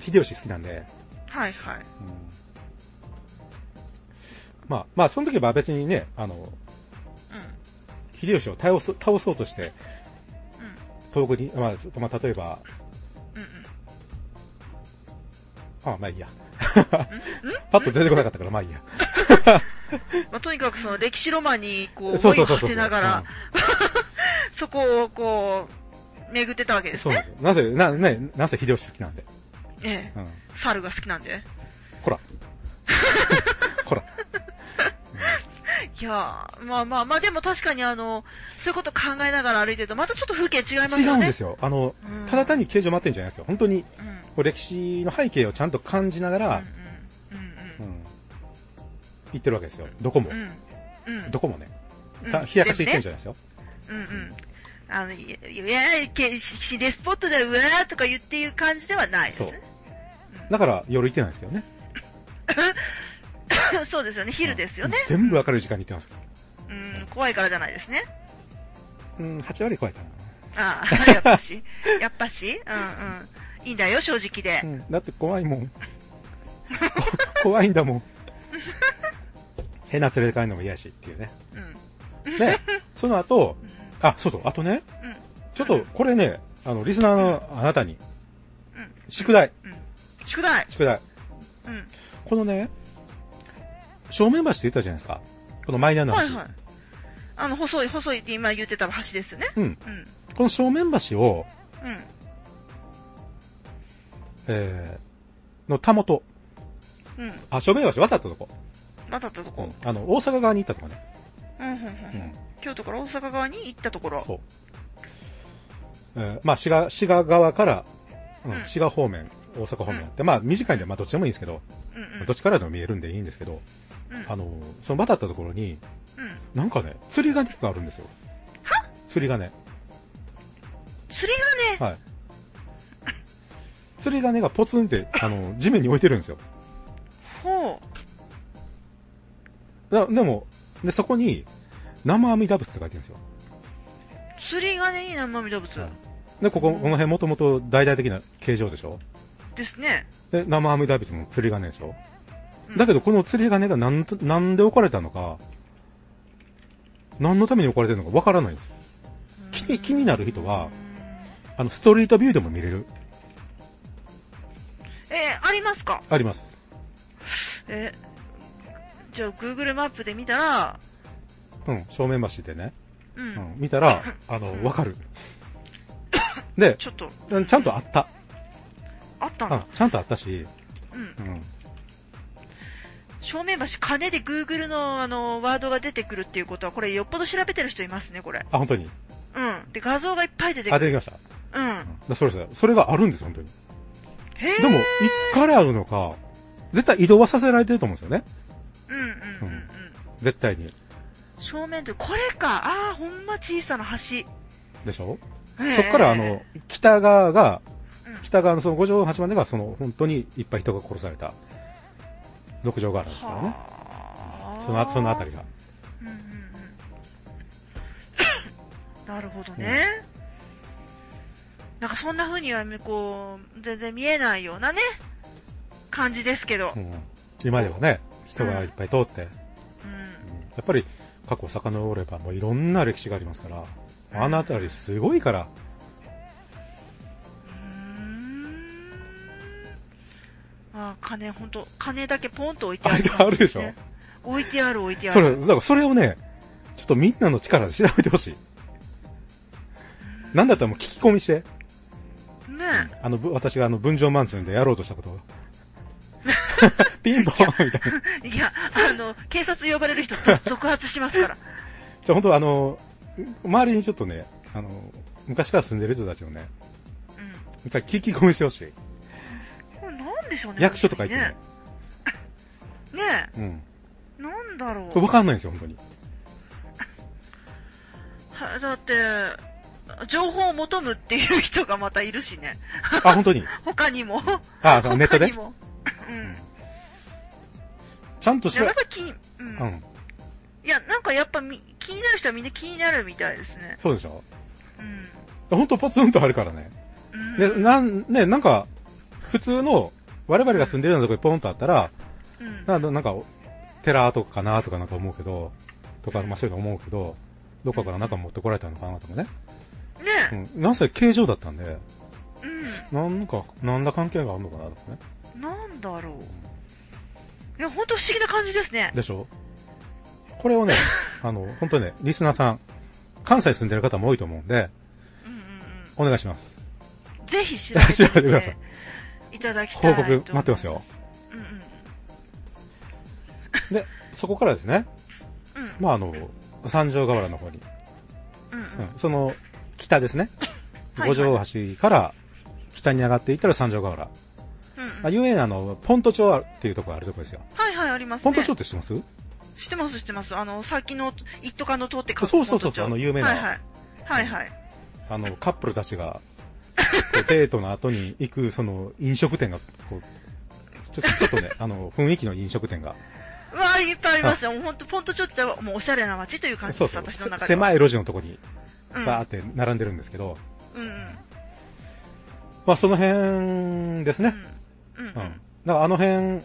[SPEAKER 1] ー秀吉好きなんで、
[SPEAKER 2] はいはい。
[SPEAKER 1] うんまあ、まあ、その時は別にね、あの、秀吉を倒そう倒そうとして、
[SPEAKER 2] う
[SPEAKER 1] 遠くに、まあ、まあ、例えば、
[SPEAKER 2] ん。うん。うん
[SPEAKER 1] あ、まあいいや。
[SPEAKER 2] うん。うん
[SPEAKER 1] パッと出てこなかったから、まあいいや。
[SPEAKER 2] まあ、とにかくその歴史ロマンにこう
[SPEAKER 1] そう
[SPEAKER 2] 思い
[SPEAKER 1] そうそ
[SPEAKER 2] を
[SPEAKER 1] うそ
[SPEAKER 2] 馳
[SPEAKER 1] う
[SPEAKER 2] せながら、そこをこう、巡ってたわけです
[SPEAKER 1] そう
[SPEAKER 2] ね。
[SPEAKER 1] なんですよ。なぜ、な、ね、なぜ秀吉好きなんで。
[SPEAKER 2] ええ。
[SPEAKER 1] うん。
[SPEAKER 2] 猿が好きなんで。
[SPEAKER 1] ほ ら。ほら。
[SPEAKER 2] いやー、まあまあまあ、でも確かにあの、そういうこと考えながら歩いてると、またちょっと風景違います
[SPEAKER 1] 違
[SPEAKER 2] よ
[SPEAKER 1] うん
[SPEAKER 2] ね。
[SPEAKER 1] ですよ。あの、
[SPEAKER 2] うん
[SPEAKER 1] ただ単に形状待ってんじゃないですよ。本当に、
[SPEAKER 2] うん。うん。
[SPEAKER 1] こう歴史の背景をちゃんと感じながら、
[SPEAKER 2] うん。
[SPEAKER 1] う
[SPEAKER 2] うん
[SPEAKER 1] ん。行ってるわけですよ。どこも
[SPEAKER 2] う。ん。うん。うん
[SPEAKER 1] どこもね。
[SPEAKER 2] うん
[SPEAKER 1] た冷やかし行ってんじゃないですよ。
[SPEAKER 2] うんうん。あの、いいや、けしでスポットで、うわーとか言っていう感じではないです
[SPEAKER 1] そう。だから夜行ってないんですけどね。
[SPEAKER 2] うん そうですよね、昼ですよね。
[SPEAKER 1] うん全部明るい時間に行ってますか
[SPEAKER 2] うん、怖いからじゃないですね。
[SPEAKER 1] ら。うん、8割超えたな。
[SPEAKER 2] ああ、やっぱし。やっぱし。うんうん。いいんだよ、正直で
[SPEAKER 1] う。ん、だって怖いもん。 怖いんだもん。変な連れて帰るのも嫌やしっていうね。
[SPEAKER 2] うん。うん。
[SPEAKER 1] で、その後、あ、そうそう、あとね、ちょっとこれね、あの、リスナーのあなたに、
[SPEAKER 2] うん。
[SPEAKER 1] 宿題、
[SPEAKER 2] うん。宿題。
[SPEAKER 1] 宿題。
[SPEAKER 2] うん。
[SPEAKER 1] このね、正面橋って言ったじゃないですか。このマイナーの橋。
[SPEAKER 2] はいはい。あの、細い、細いって今言ってた橋ですよね。
[SPEAKER 1] うん。
[SPEAKER 2] うん。
[SPEAKER 1] この正面橋を、
[SPEAKER 2] うん。
[SPEAKER 1] えー、のたもと、
[SPEAKER 2] うん。
[SPEAKER 1] あ、正面橋渡ったとこ。
[SPEAKER 2] またったとこ。
[SPEAKER 1] あの、大阪側に行ったとこね。
[SPEAKER 2] うん、うん、うん。京都から大阪側に行ったところ。
[SPEAKER 1] そう。えーまあ、滋賀、滋賀側から、うん
[SPEAKER 2] うん
[SPEAKER 1] 滋賀方面、大阪方面あって、まあ、短いんで、まあ、どっちでもいいんですけど、
[SPEAKER 2] うんうん。
[SPEAKER 1] どっちからでも見えるんでいいんですけど、
[SPEAKER 2] うん。
[SPEAKER 1] あの、その渡ったところに、
[SPEAKER 2] うん。
[SPEAKER 1] なんかね、釣り鐘があるんですよ。
[SPEAKER 2] は
[SPEAKER 1] 釣り鐘。
[SPEAKER 2] 釣りが
[SPEAKER 1] は
[SPEAKER 2] ね、
[SPEAKER 1] い。釣り鐘がポツンって、あの、地面に置いてるんですよ。
[SPEAKER 2] ほ
[SPEAKER 1] だでも、で、そこに、生阿弥陀仏って書いてるんですよ。
[SPEAKER 2] う。釣りがね、いいな、まみ動物
[SPEAKER 1] は。いで、ここ、この辺もともと大々的な形状でしょ
[SPEAKER 2] ですね。
[SPEAKER 1] で、生阿弥陀仏の釣り鐘でしょ
[SPEAKER 2] うん
[SPEAKER 1] だけど、この釣り鐘がなんとなんで置かれたのか、何のために置かれてるのかわからないんです。気に気になる人は
[SPEAKER 2] うん、
[SPEAKER 1] あの、ストリートビューでも見れる。
[SPEAKER 2] えーありますか
[SPEAKER 1] あります。
[SPEAKER 2] えーじゃあ、Google マップで見たら、
[SPEAKER 1] うん、正面橋でね。
[SPEAKER 2] うん。
[SPEAKER 1] うん、見たら、あの、わかる。で、
[SPEAKER 2] ちょっと、
[SPEAKER 1] ちゃんとあった。
[SPEAKER 2] あったん
[SPEAKER 1] あ
[SPEAKER 2] だ。
[SPEAKER 1] ちゃんとあったし、
[SPEAKER 2] うん。
[SPEAKER 1] うん。
[SPEAKER 2] 正面橋、金で Google のあの、ワードが出てくるっていうことは、これよっぽど調べてる人いますね、これ。
[SPEAKER 1] あ、本当に。
[SPEAKER 2] うん。で、画像がいっぱい出て
[SPEAKER 1] あ、
[SPEAKER 2] く
[SPEAKER 1] 出
[SPEAKER 2] る。
[SPEAKER 1] てきました。
[SPEAKER 2] うん。へ
[SPEAKER 1] うんだそうです。それがあるんです、本当に。
[SPEAKER 2] え。
[SPEAKER 1] でも、いつからあるのか、絶対移動はさせられてると思うんですよね。
[SPEAKER 2] うんうんうんう
[SPEAKER 1] うんん。絶対に。
[SPEAKER 2] 正面と、これか。ああ、ほんま小さな橋。
[SPEAKER 1] でしょ
[SPEAKER 2] へえ
[SPEAKER 1] そっから、あの、、北側が
[SPEAKER 2] うん、
[SPEAKER 1] 北側のその五条八幡でが、その、本当にいっぱい人が殺された、六条があるんですからね。
[SPEAKER 2] はあ
[SPEAKER 1] その、そのあたりが。
[SPEAKER 2] うんうんうん なるほどね。なんかそんな風には、こう、全然見えないようなね、感じですけど。
[SPEAKER 1] うん。今ではね、人がいっぱい通って、うん
[SPEAKER 2] うん。
[SPEAKER 1] やっぱり、過去を遡れば、もういろんな歴史がありますから、
[SPEAKER 2] うん
[SPEAKER 1] あのあたりすごいから、
[SPEAKER 2] うーんあー、金、ほんと、金だけポンと置いてある、
[SPEAKER 1] あるでしょ
[SPEAKER 2] 置いてある、置いてあ
[SPEAKER 1] それ、
[SPEAKER 2] る。
[SPEAKER 1] だからそれをね、ちょっとみんなの力で調べてほしい。なんだったらもう聞き込みして、
[SPEAKER 2] ね
[SPEAKER 1] あの、ぶ私があの、分譲マンションでやろうとした ことを。ピンポンみたいな。
[SPEAKER 2] え。 いや、あの、警察呼ばれる人、続発しますから。
[SPEAKER 1] じゃあ本当あの、周りにちょっとね、あの、昔から住んでる人たちをね、
[SPEAKER 2] う
[SPEAKER 1] さ聞き込みしてほしい。
[SPEAKER 2] ん。これなんでしょうね。
[SPEAKER 1] 役所とか行ってね
[SPEAKER 2] ね。。ね
[SPEAKER 1] うん。
[SPEAKER 2] え、なんだろう。
[SPEAKER 1] これわかんないんですよ、本当に。
[SPEAKER 2] はだって、情報を求むっていう人がまたいるしね。
[SPEAKER 1] あ、本当に。
[SPEAKER 2] 他にも。
[SPEAKER 1] あ、そのネット
[SPEAKER 2] 他
[SPEAKER 1] で
[SPEAKER 2] に。もう
[SPEAKER 1] うん
[SPEAKER 2] ん。
[SPEAKER 1] ちゃんと
[SPEAKER 2] い
[SPEAKER 1] し
[SPEAKER 2] や、な
[SPEAKER 1] ら、
[SPEAKER 2] んか気に、う。
[SPEAKER 1] うんん。
[SPEAKER 2] いや、なんかやっぱみ気になる人はみんな気になるみたいですね。
[SPEAKER 1] そうでしょ。
[SPEAKER 2] うん。
[SPEAKER 1] 本当ポツンとあるからね。
[SPEAKER 2] うん。
[SPEAKER 1] で、なん、ね、なんか、普通の、我々が住んでるようなとこにポンとあったら、
[SPEAKER 2] うん。
[SPEAKER 1] ななんか、テラーとかかなとかなんか思うけど、とか、まあそういうの思うけど、どっかからなんか持ってこられたのかなとかね。
[SPEAKER 2] ね
[SPEAKER 1] うん。なんせ形状だったんで、
[SPEAKER 2] え、う
[SPEAKER 1] なんか、なんだ関係があるのかなとかね。
[SPEAKER 2] ん。なんだろう。いや、ほんと不思議な感じですね。
[SPEAKER 1] でしょこ れをね、あの、本当にね、リスナーさん、関西住んでる方も多いと思うんで、
[SPEAKER 2] うん
[SPEAKER 1] お
[SPEAKER 2] うん
[SPEAKER 1] 願いします。
[SPEAKER 2] うん。ぜひ調べて
[SPEAKER 1] 調べてください
[SPEAKER 2] いただきた
[SPEAKER 1] 報
[SPEAKER 2] いと
[SPEAKER 1] 告待ってますよ。。
[SPEAKER 2] うんうん。
[SPEAKER 1] で、そこからですね、
[SPEAKER 2] うん。
[SPEAKER 1] まああの、三条河原の方に、
[SPEAKER 2] うんうん。
[SPEAKER 1] うん、その、北ですね。
[SPEAKER 2] はい
[SPEAKER 1] 五条橋から北に上がっていったら三条河原。
[SPEAKER 2] うんうん
[SPEAKER 1] まあ、有名なあの、ポント町っていうところあるところですよ。
[SPEAKER 2] はいはい、あります
[SPEAKER 1] ポ
[SPEAKER 2] ね。
[SPEAKER 1] ント町って知ってます、
[SPEAKER 2] 知ってます、知ってます。あの、先の、一斗缶の通って書く
[SPEAKER 1] そうそうそうそう
[SPEAKER 2] 元帳
[SPEAKER 1] あの有名な
[SPEAKER 2] はいはい。はいはい。
[SPEAKER 1] あの、カップルたちが、こうデートの後に行く、その、飲食店が、こう、ちょちょっとね、あの、雰囲気の飲食店が、
[SPEAKER 2] うわあ、いっぱいありますよ。もうほんと、ポンとちょっと、もうおしゃれな街という感じ
[SPEAKER 1] そう
[SPEAKER 2] です、
[SPEAKER 1] そう、
[SPEAKER 2] 私の中では。
[SPEAKER 1] せ狭
[SPEAKER 2] い。
[SPEAKER 1] い路地のとこに、
[SPEAKER 2] うん。
[SPEAKER 1] バーって並んでるんですけど、
[SPEAKER 2] うんうん。
[SPEAKER 1] まあ、その辺ですね。
[SPEAKER 2] うん。うん。
[SPEAKER 1] うん。だから、あの辺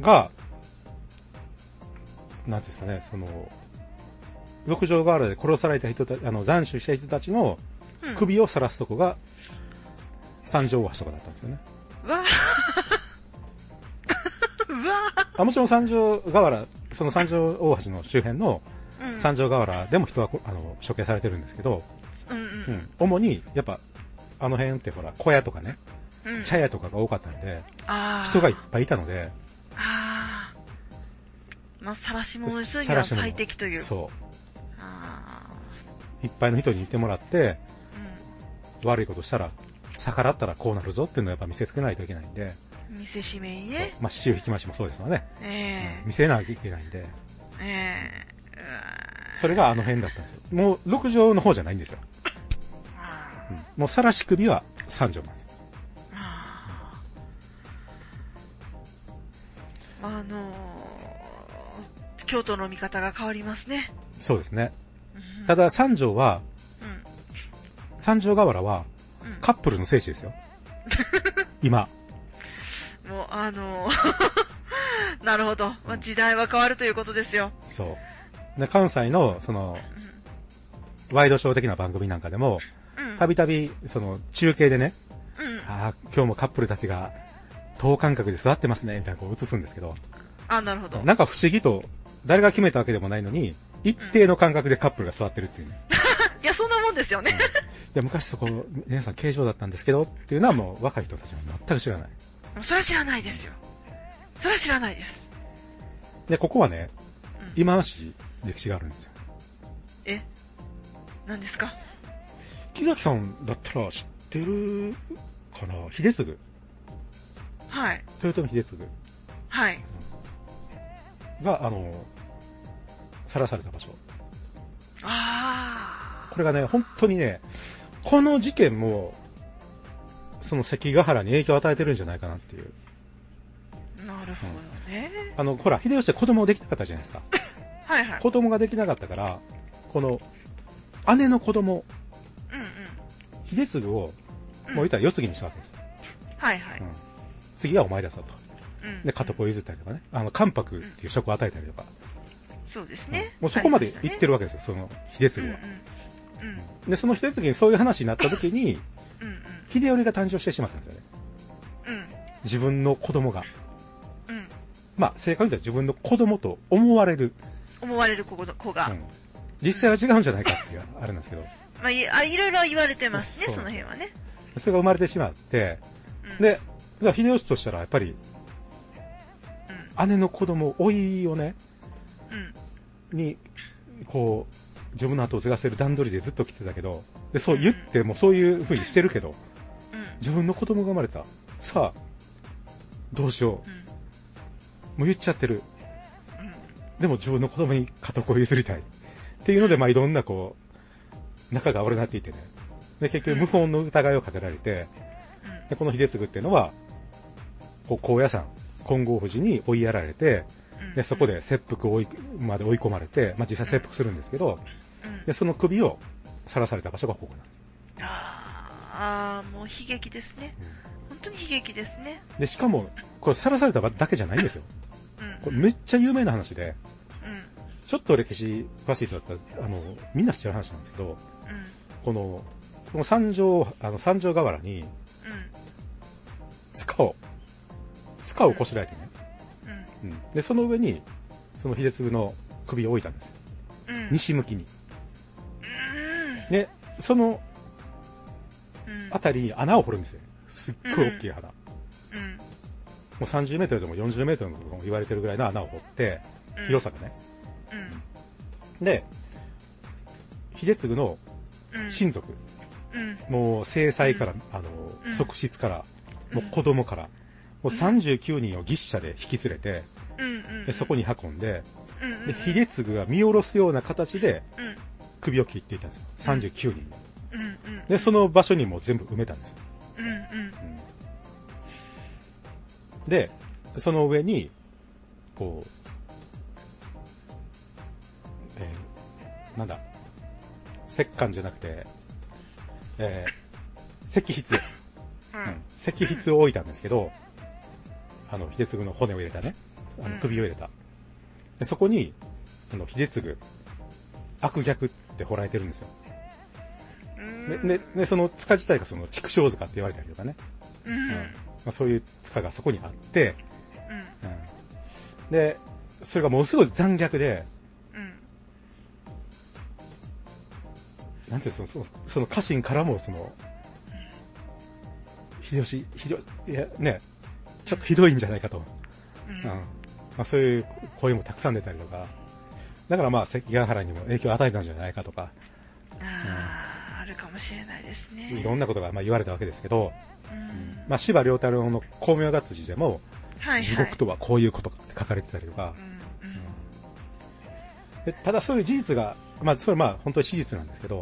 [SPEAKER 1] が、なんていうんですかね、その、六条河原で殺された人たち、あの、斬首した人たちの
[SPEAKER 2] うん。
[SPEAKER 1] 首を晒すとこが、三条大橋とかだったんですよね。
[SPEAKER 2] うわあ。うわ
[SPEAKER 1] あもちろん三条河原、その三条大橋の周辺の
[SPEAKER 2] あ。うん。
[SPEAKER 1] 三条河原でも人はこあの処刑されてるんですけど、
[SPEAKER 2] うんうん
[SPEAKER 1] うん主にやっぱあの辺ってほら小屋とかね、
[SPEAKER 2] うん。うん。
[SPEAKER 1] 茶屋とかが多かったんで、
[SPEAKER 2] ああ。
[SPEAKER 1] 人がいっぱいいたので、
[SPEAKER 2] ああ。まあ、晒し物にするに
[SPEAKER 1] 晒
[SPEAKER 2] は
[SPEAKER 1] し物
[SPEAKER 2] 最適という。
[SPEAKER 1] そ
[SPEAKER 2] あ
[SPEAKER 1] う、いっぱいの人にいてもらって、
[SPEAKER 2] あ。
[SPEAKER 1] 悪いことしたら、逆らったらこうなるぞっていうのをやっぱ見せつけないといけないんで、
[SPEAKER 2] うん。見せしめに
[SPEAKER 1] そう
[SPEAKER 2] ね。
[SPEAKER 1] まあ、市中引き回しもそうですわね、
[SPEAKER 2] え
[SPEAKER 1] うん見せなきゃいけないんで、
[SPEAKER 2] え。ええ。うわあ
[SPEAKER 1] それがあの辺だったんですよ。もう六条の方じゃないんですよ。
[SPEAKER 2] ああ
[SPEAKER 1] うんもうさらし首は三条なんです。
[SPEAKER 2] あーあのー、京都の見方が変わりますね。
[SPEAKER 1] そうですね。
[SPEAKER 2] うん
[SPEAKER 1] た、だ三条は、
[SPEAKER 2] う
[SPEAKER 1] 三条河原は
[SPEAKER 2] んうん
[SPEAKER 1] カップルの聖地ですよ。 今。
[SPEAKER 2] もう、あのー なるほど。まあ、時代は変わるということですよ。
[SPEAKER 1] そう。で関西の、その、ワイドショー的な番組なんかでも、
[SPEAKER 2] うん。うん
[SPEAKER 1] たびたび、その、中継でね、
[SPEAKER 2] うん。
[SPEAKER 1] ああ、今日もカップルたちが、等間隔で座ってますね、みたいなこう映すんですけど、
[SPEAKER 2] あ、なるほど。
[SPEAKER 1] なんか不思議と、誰が決めたわけでもないのに、一定の間隔でカップルが座ってるっていうね。
[SPEAKER 2] いや、そんなもんですよね。
[SPEAKER 1] で昔そこ、皆さん形状だったんですけどっていうのはもう若い人たちは全く知らない。
[SPEAKER 2] もうそれは知らないですよ。それは知らないです。
[SPEAKER 1] で、ここはね、
[SPEAKER 2] うん、
[SPEAKER 1] 今しい歴史があるんですよ。
[SPEAKER 2] え何ですか
[SPEAKER 1] 木崎さんだったら知ってるかな秀次。
[SPEAKER 2] はい。
[SPEAKER 1] 豊臣秀次
[SPEAKER 2] はい。
[SPEAKER 1] が、あの、さらされた場所。
[SPEAKER 2] あ
[SPEAKER 1] これがね、本当にね、この事件も、その関ヶ原に影響を与えてるんじゃないかなっていう。
[SPEAKER 2] ー。なるほどね。
[SPEAKER 1] あの、ほら、秀吉って子供できなかったじゃないですか。
[SPEAKER 2] はいはい。
[SPEAKER 1] 子供ができなかったから、この、姉の子供、
[SPEAKER 2] うんうん。
[SPEAKER 1] 秀次を、
[SPEAKER 2] うん
[SPEAKER 1] もう言ったら世継ぎにしたわけです。
[SPEAKER 2] はいはい。
[SPEAKER 1] うん次はお前だぞと。
[SPEAKER 2] うん。
[SPEAKER 1] で、片方譲ったりとかね。あの、関白っていう職を与えたりとか。
[SPEAKER 2] そうですね。
[SPEAKER 1] もうそこまで
[SPEAKER 2] あり
[SPEAKER 1] 行
[SPEAKER 2] し
[SPEAKER 1] ったて
[SPEAKER 2] ね
[SPEAKER 1] るわけですよ、その秀次は。
[SPEAKER 2] うんうん。
[SPEAKER 1] で、その秀次にそういう話になった時に、
[SPEAKER 2] うんうん。
[SPEAKER 1] 秀頼が誕生してしまったんですよね。
[SPEAKER 2] うんうん。
[SPEAKER 1] 自分の子供が。
[SPEAKER 2] うん。
[SPEAKER 1] まあ、正確に言ったら自分の子供と思われる。
[SPEAKER 2] 思われる子の子が。
[SPEAKER 1] うん実際は違うんじゃないかっていう、あれなんですけど。
[SPEAKER 2] まあい、あいろいろ言われてますね、
[SPEAKER 1] そう
[SPEAKER 2] その辺はね。
[SPEAKER 1] それが生まれてしまって、
[SPEAKER 2] うん、
[SPEAKER 1] で、だから秀吉としたらやっぱり、
[SPEAKER 2] う
[SPEAKER 1] 姉の子供、老いをね、
[SPEAKER 2] ん、うん。
[SPEAKER 1] に、こう、自分の後を継がせる段取りでずっと来てたけど、で、そう言って、もうそういう風にしてるけど、
[SPEAKER 2] う
[SPEAKER 1] 自分の子供が生まれた。さあ、どうしよう。
[SPEAKER 2] ん。
[SPEAKER 1] もう言っちゃってる。
[SPEAKER 2] うん。
[SPEAKER 1] でも自分の子供に片子を譲りたい。っていうので、まあいろんなこう、仲が悪くなっていってね。で、結局無本の疑いをかけられて、で、この秀次っていうのは、こう、高野山、金剛富士に追いやられて、
[SPEAKER 2] うん。うん
[SPEAKER 1] で、そこ。で切腹を追いまで追い込まれて、まあ実際切腹するんですけど、
[SPEAKER 2] うん
[SPEAKER 1] で、その首を晒された場所がここなんです。
[SPEAKER 2] あー、もう悲劇ですね。本当に悲劇ですね。
[SPEAKER 1] で、しかも、これ晒されただけじゃないんですよ。
[SPEAKER 2] うん。
[SPEAKER 1] これめっちゃ有名な話で、
[SPEAKER 2] うん。
[SPEAKER 1] ちょっと歴史詳しい人だったら、あの、みんな知ってる話なんですけど、
[SPEAKER 2] うん。
[SPEAKER 1] この、この三条、あの、三条河原に、塚を、塚をこしらえてね、
[SPEAKER 2] うん。
[SPEAKER 1] うんで、その上に、その秀次の首を置いたんですよ。
[SPEAKER 2] うん。うん。
[SPEAKER 1] 西向きに。
[SPEAKER 2] うん。
[SPEAKER 1] で、その
[SPEAKER 2] うん。
[SPEAKER 1] あたりに穴を掘るんですよ。すっごい大きい穴。も
[SPEAKER 2] う
[SPEAKER 1] う
[SPEAKER 2] ん。
[SPEAKER 1] 30メートルでも40メートルでも言われてるぐらいの穴を掘って、
[SPEAKER 2] うん
[SPEAKER 1] 広さ。がね。
[SPEAKER 2] う
[SPEAKER 1] で、秀次の
[SPEAKER 2] ん。うん。
[SPEAKER 1] 親族、
[SPEAKER 2] うん。
[SPEAKER 1] もう制裁から、
[SPEAKER 2] う
[SPEAKER 1] あの
[SPEAKER 2] う、ん
[SPEAKER 1] 側室から、もう
[SPEAKER 2] うん
[SPEAKER 1] 子供から、もううん39人を牛車で引き連れて、
[SPEAKER 2] うん。
[SPEAKER 1] でそこ
[SPEAKER 2] に。
[SPEAKER 1] に運んで、
[SPEAKER 2] うんうん。
[SPEAKER 1] で、秀次が見下ろすような形で
[SPEAKER 2] うん。
[SPEAKER 1] 首を切っていたんですよ。39人の。
[SPEAKER 2] うん。うん。
[SPEAKER 1] で、そ。の場所にもう全部埋めたんですよ。
[SPEAKER 2] うん。うん。
[SPEAKER 1] うんで、その上に、こう、えーなんだ、石棺じゃなくて、えー石筆。
[SPEAKER 2] うん。
[SPEAKER 1] 石筆を置いたんですけど、あの、秀次の骨を入れたね、あの首を入れた。でそこに、あの、秀次、悪逆って掘られてるんですよ。
[SPEAKER 2] う
[SPEAKER 1] で、
[SPEAKER 2] ん。
[SPEAKER 1] ででその塚自体がその畜生塚って言われたりとかね、
[SPEAKER 2] うん。うん。
[SPEAKER 1] うんまあ、そういう塚がそこにあって、うんで、それがものすごい残虐で、
[SPEAKER 2] うん。
[SPEAKER 1] なんていうのその、その家臣からも、その、秀吉、秀吉、いや、ね、ちょっとひどいんじゃないかと。
[SPEAKER 2] うん。
[SPEAKER 1] うんまあ、そういう声もたくさん出たりとか、だからまあ関ヶ原にも影響を与えたんじゃないかとか、
[SPEAKER 2] あー、あるかもしれないですね。
[SPEAKER 1] いろんなことがまあ言われたわけですけど、
[SPEAKER 2] うん。
[SPEAKER 1] まあ、柴良太郎の光明月次でも、
[SPEAKER 2] はいはい。
[SPEAKER 1] 地獄とはこういうことかって書かれてたりとか
[SPEAKER 2] う、ん。うん。
[SPEAKER 1] でただそういう事実が、まあ、それはまあ本当に史実なんですけど、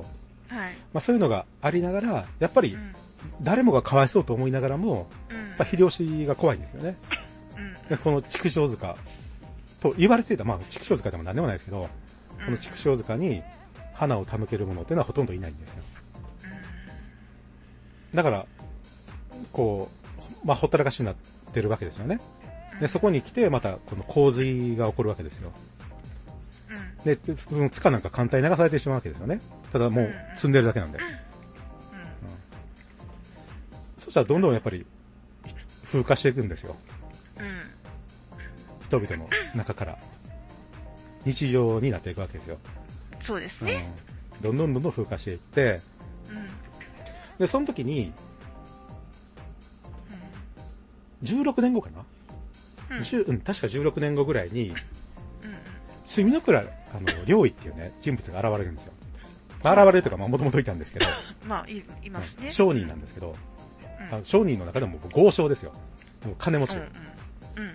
[SPEAKER 2] はい。
[SPEAKER 1] まあ、そういうのがありながら、やっぱり
[SPEAKER 2] うん。
[SPEAKER 1] 誰もがかわいそうと思いながらも、
[SPEAKER 2] うん。
[SPEAKER 1] やっぱ秀吉が怖いんですよね。
[SPEAKER 2] うん。
[SPEAKER 1] でこの畜生塚と言われていた、まあ畜生塚でも何でもないですけど、この畜生塚に花を手向けるものっていうのはほとんどいないんですよ。だから、こう、まあ、ほったらかしになってるわけですよね。で、そこに来て、また、この洪水が起こるわけですよ。
[SPEAKER 2] うん。うん。
[SPEAKER 1] で、その塚なんか簡単に流されてしまうわけですよね。ただもう積んでるだけなんで。うんそしたらどんどんやっぱり、風化していくんですよ。
[SPEAKER 2] うん。うん。
[SPEAKER 1] 人々の中から。日常になっていくわけですよ。
[SPEAKER 2] そうです
[SPEAKER 1] うん
[SPEAKER 2] ね。
[SPEAKER 1] どんどんどんどん風化していって、
[SPEAKER 2] うん。うん
[SPEAKER 1] で、その時に、16年後かな、
[SPEAKER 2] うん。うん。
[SPEAKER 1] 10うん、確か16年後ぐらいに、墨の倉、あの、良一っていうね、人物が現れるんですよ。まあ、現れるというか、まあ、もともといたんですけど、
[SPEAKER 2] まあ、い、いますね。
[SPEAKER 1] 商人なんですけど、
[SPEAKER 2] うん
[SPEAKER 1] あの商人の中でももう豪商ですよ。もう金持ち。
[SPEAKER 2] うんうん。うん
[SPEAKER 1] うん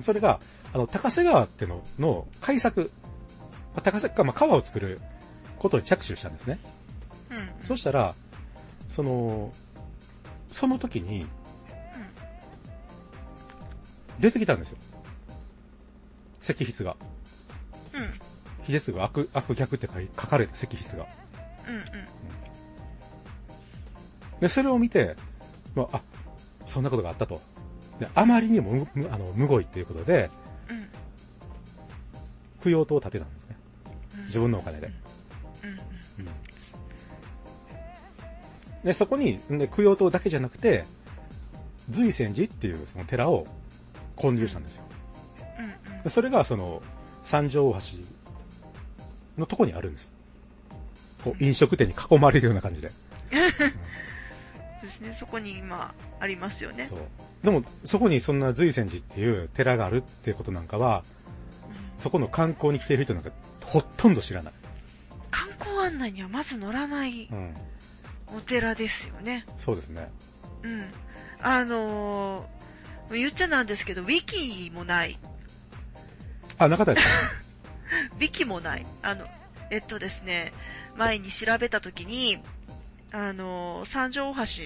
[SPEAKER 1] それが、あの、高瀬川ってのの改作、まあ高瀬川、まあ、川を作ることに着手したんですね。
[SPEAKER 2] うん。うん。
[SPEAKER 1] そしたら、その、その時に、出てきたんですよ。石筆が。
[SPEAKER 2] うん。うん。
[SPEAKER 1] 秀次が悪、悪逆って書い書かれた石筆が。
[SPEAKER 2] うん。
[SPEAKER 1] で、それを見て、まあ、あ、そんなことがあったと。で、あまりにもむ、むあの、むごいっていうことで、
[SPEAKER 2] うん。
[SPEAKER 1] 供養塔を建てたんですね。
[SPEAKER 2] うん。
[SPEAKER 1] 自分のお金で。
[SPEAKER 2] うん。うん。
[SPEAKER 1] で、そこに、で供養塔だけじゃなくて、随泉寺っていうその寺を建立したんですよ。
[SPEAKER 2] うん。
[SPEAKER 1] でそれがその、三条大橋のとこにあるんです。こう、飲食店に囲まれるような感じで。
[SPEAKER 2] そうですね。そこに今、ありますよね。
[SPEAKER 1] そう。でも、そこにそんな随泉寺っていう寺があるっていうことなんかは、
[SPEAKER 2] うん
[SPEAKER 1] そこの観光に来ている人なんかほとんど知らない。
[SPEAKER 2] 観光案内にはまず乗らない
[SPEAKER 1] うん。
[SPEAKER 2] お寺ですよね。
[SPEAKER 1] そうですね。
[SPEAKER 2] うん。あのー、言っちゃなんですけど、ウィキもない。
[SPEAKER 1] あ、中谷さ
[SPEAKER 2] ウィキもない。あの、えっとですね、前に調べたときに、あの、三条大橋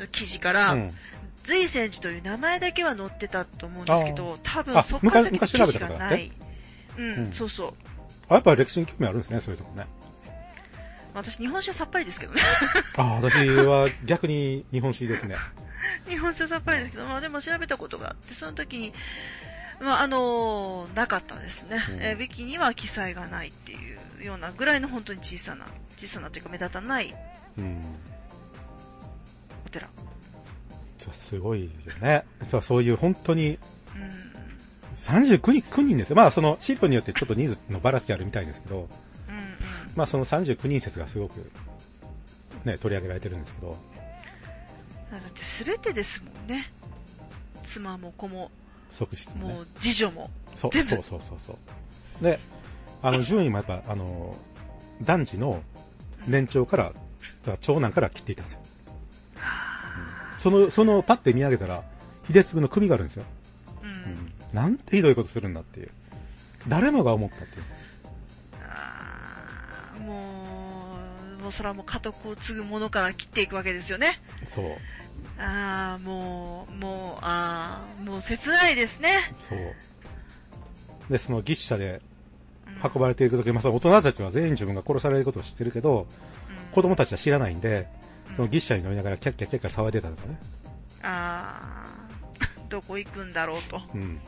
[SPEAKER 2] の記事から、
[SPEAKER 1] ん。うん。
[SPEAKER 2] 随泉寺という名前だけは載ってたと思うんですけど、多
[SPEAKER 1] あ
[SPEAKER 2] 分そこから先の
[SPEAKER 1] 昔
[SPEAKER 2] 記
[SPEAKER 1] 昔調
[SPEAKER 2] 事
[SPEAKER 1] べ
[SPEAKER 2] が
[SPEAKER 1] たことだっ
[SPEAKER 2] な
[SPEAKER 1] て
[SPEAKER 2] い。うん、
[SPEAKER 1] うん
[SPEAKER 2] そうそう。
[SPEAKER 1] あ、やっぱ歴史に興味あるんですね、そういうとこね。
[SPEAKER 2] 私、日本酒さっぱりですけどね。
[SPEAKER 1] あ、私は逆に日本史ですね。
[SPEAKER 2] 日本酒さっぱりですけど、まあでも調べたことがあって、その時に、まああのなかったですね。
[SPEAKER 1] うん
[SPEAKER 2] えーウィキには記載がないっていうようなぐらいの本当に小さな、小さなというか目立たない
[SPEAKER 1] うん。
[SPEAKER 2] お寺。
[SPEAKER 1] じゃあすごいよね。そう、そういう本当に
[SPEAKER 2] うん。
[SPEAKER 1] 39人、9人ですよ。まあその、シープによってちょっと人数のばらつきあるみたいですけど、
[SPEAKER 2] うんうん
[SPEAKER 1] まあその39人説がすごく、ね、取り上げられてるんですけど、
[SPEAKER 2] だって全てですもんね。妻も子も、
[SPEAKER 1] 即日のね。
[SPEAKER 2] もう次女も。
[SPEAKER 1] そう、
[SPEAKER 2] 全部
[SPEAKER 1] そうそうそうそう。で、あの、順位もやっぱ、あの、男児の年長から、長男から切っていたんですよ。
[SPEAKER 2] は
[SPEAKER 1] その、その、パッて見上げたら、秀次の首があるんですよ。
[SPEAKER 2] ぁう。
[SPEAKER 1] うんん。なんてひどいことするんだっていう。誰もが思ったっていう。
[SPEAKER 2] あーもう、もうそれはもう家督を継ぐ者から切っていくわけですよね。
[SPEAKER 1] そう、
[SPEAKER 2] あーもう、もう、あーもう切ないですね。
[SPEAKER 1] そう。で、その牛車で
[SPEAKER 2] うん
[SPEAKER 1] 運ばれていくとき、まあ、その大人たちは全員自分が殺されることを知ってるけど、
[SPEAKER 2] うん
[SPEAKER 1] 子供たちは知らないんで、その
[SPEAKER 2] うん
[SPEAKER 1] 牛車に乗りながらキャッキャッキャッキャ騒いでたとかね。
[SPEAKER 2] あー どこ行くんだろうと。
[SPEAKER 1] うん。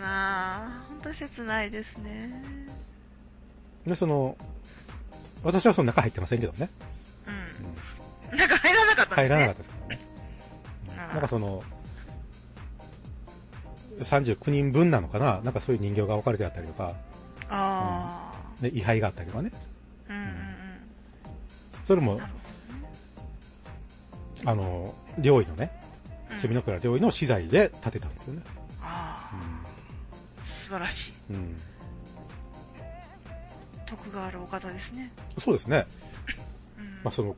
[SPEAKER 2] なあ、本当に切ないですね。
[SPEAKER 1] で、その、私はその中入ってませんけどね。
[SPEAKER 2] う
[SPEAKER 1] うん
[SPEAKER 2] ん。なんか入らなかった
[SPEAKER 1] 入
[SPEAKER 2] んですね。
[SPEAKER 1] らなかったですからね。うん
[SPEAKER 2] あー
[SPEAKER 1] なんかその、39人分なのかななんかそういう人形が置かれてあったりとか、
[SPEAKER 2] ああ。
[SPEAKER 1] で、位牌があったりとかね。
[SPEAKER 2] うんうんうん
[SPEAKER 1] それも
[SPEAKER 2] な、る
[SPEAKER 1] あの、料理のね、
[SPEAKER 2] ほどね。
[SPEAKER 1] 墨の倉料理の資材で建てたんですよね。
[SPEAKER 2] ああ、素晴らしい。
[SPEAKER 1] うん。うん
[SPEAKER 2] 徳があるお方ですね。
[SPEAKER 1] そうですね。
[SPEAKER 2] うん。
[SPEAKER 1] まあその、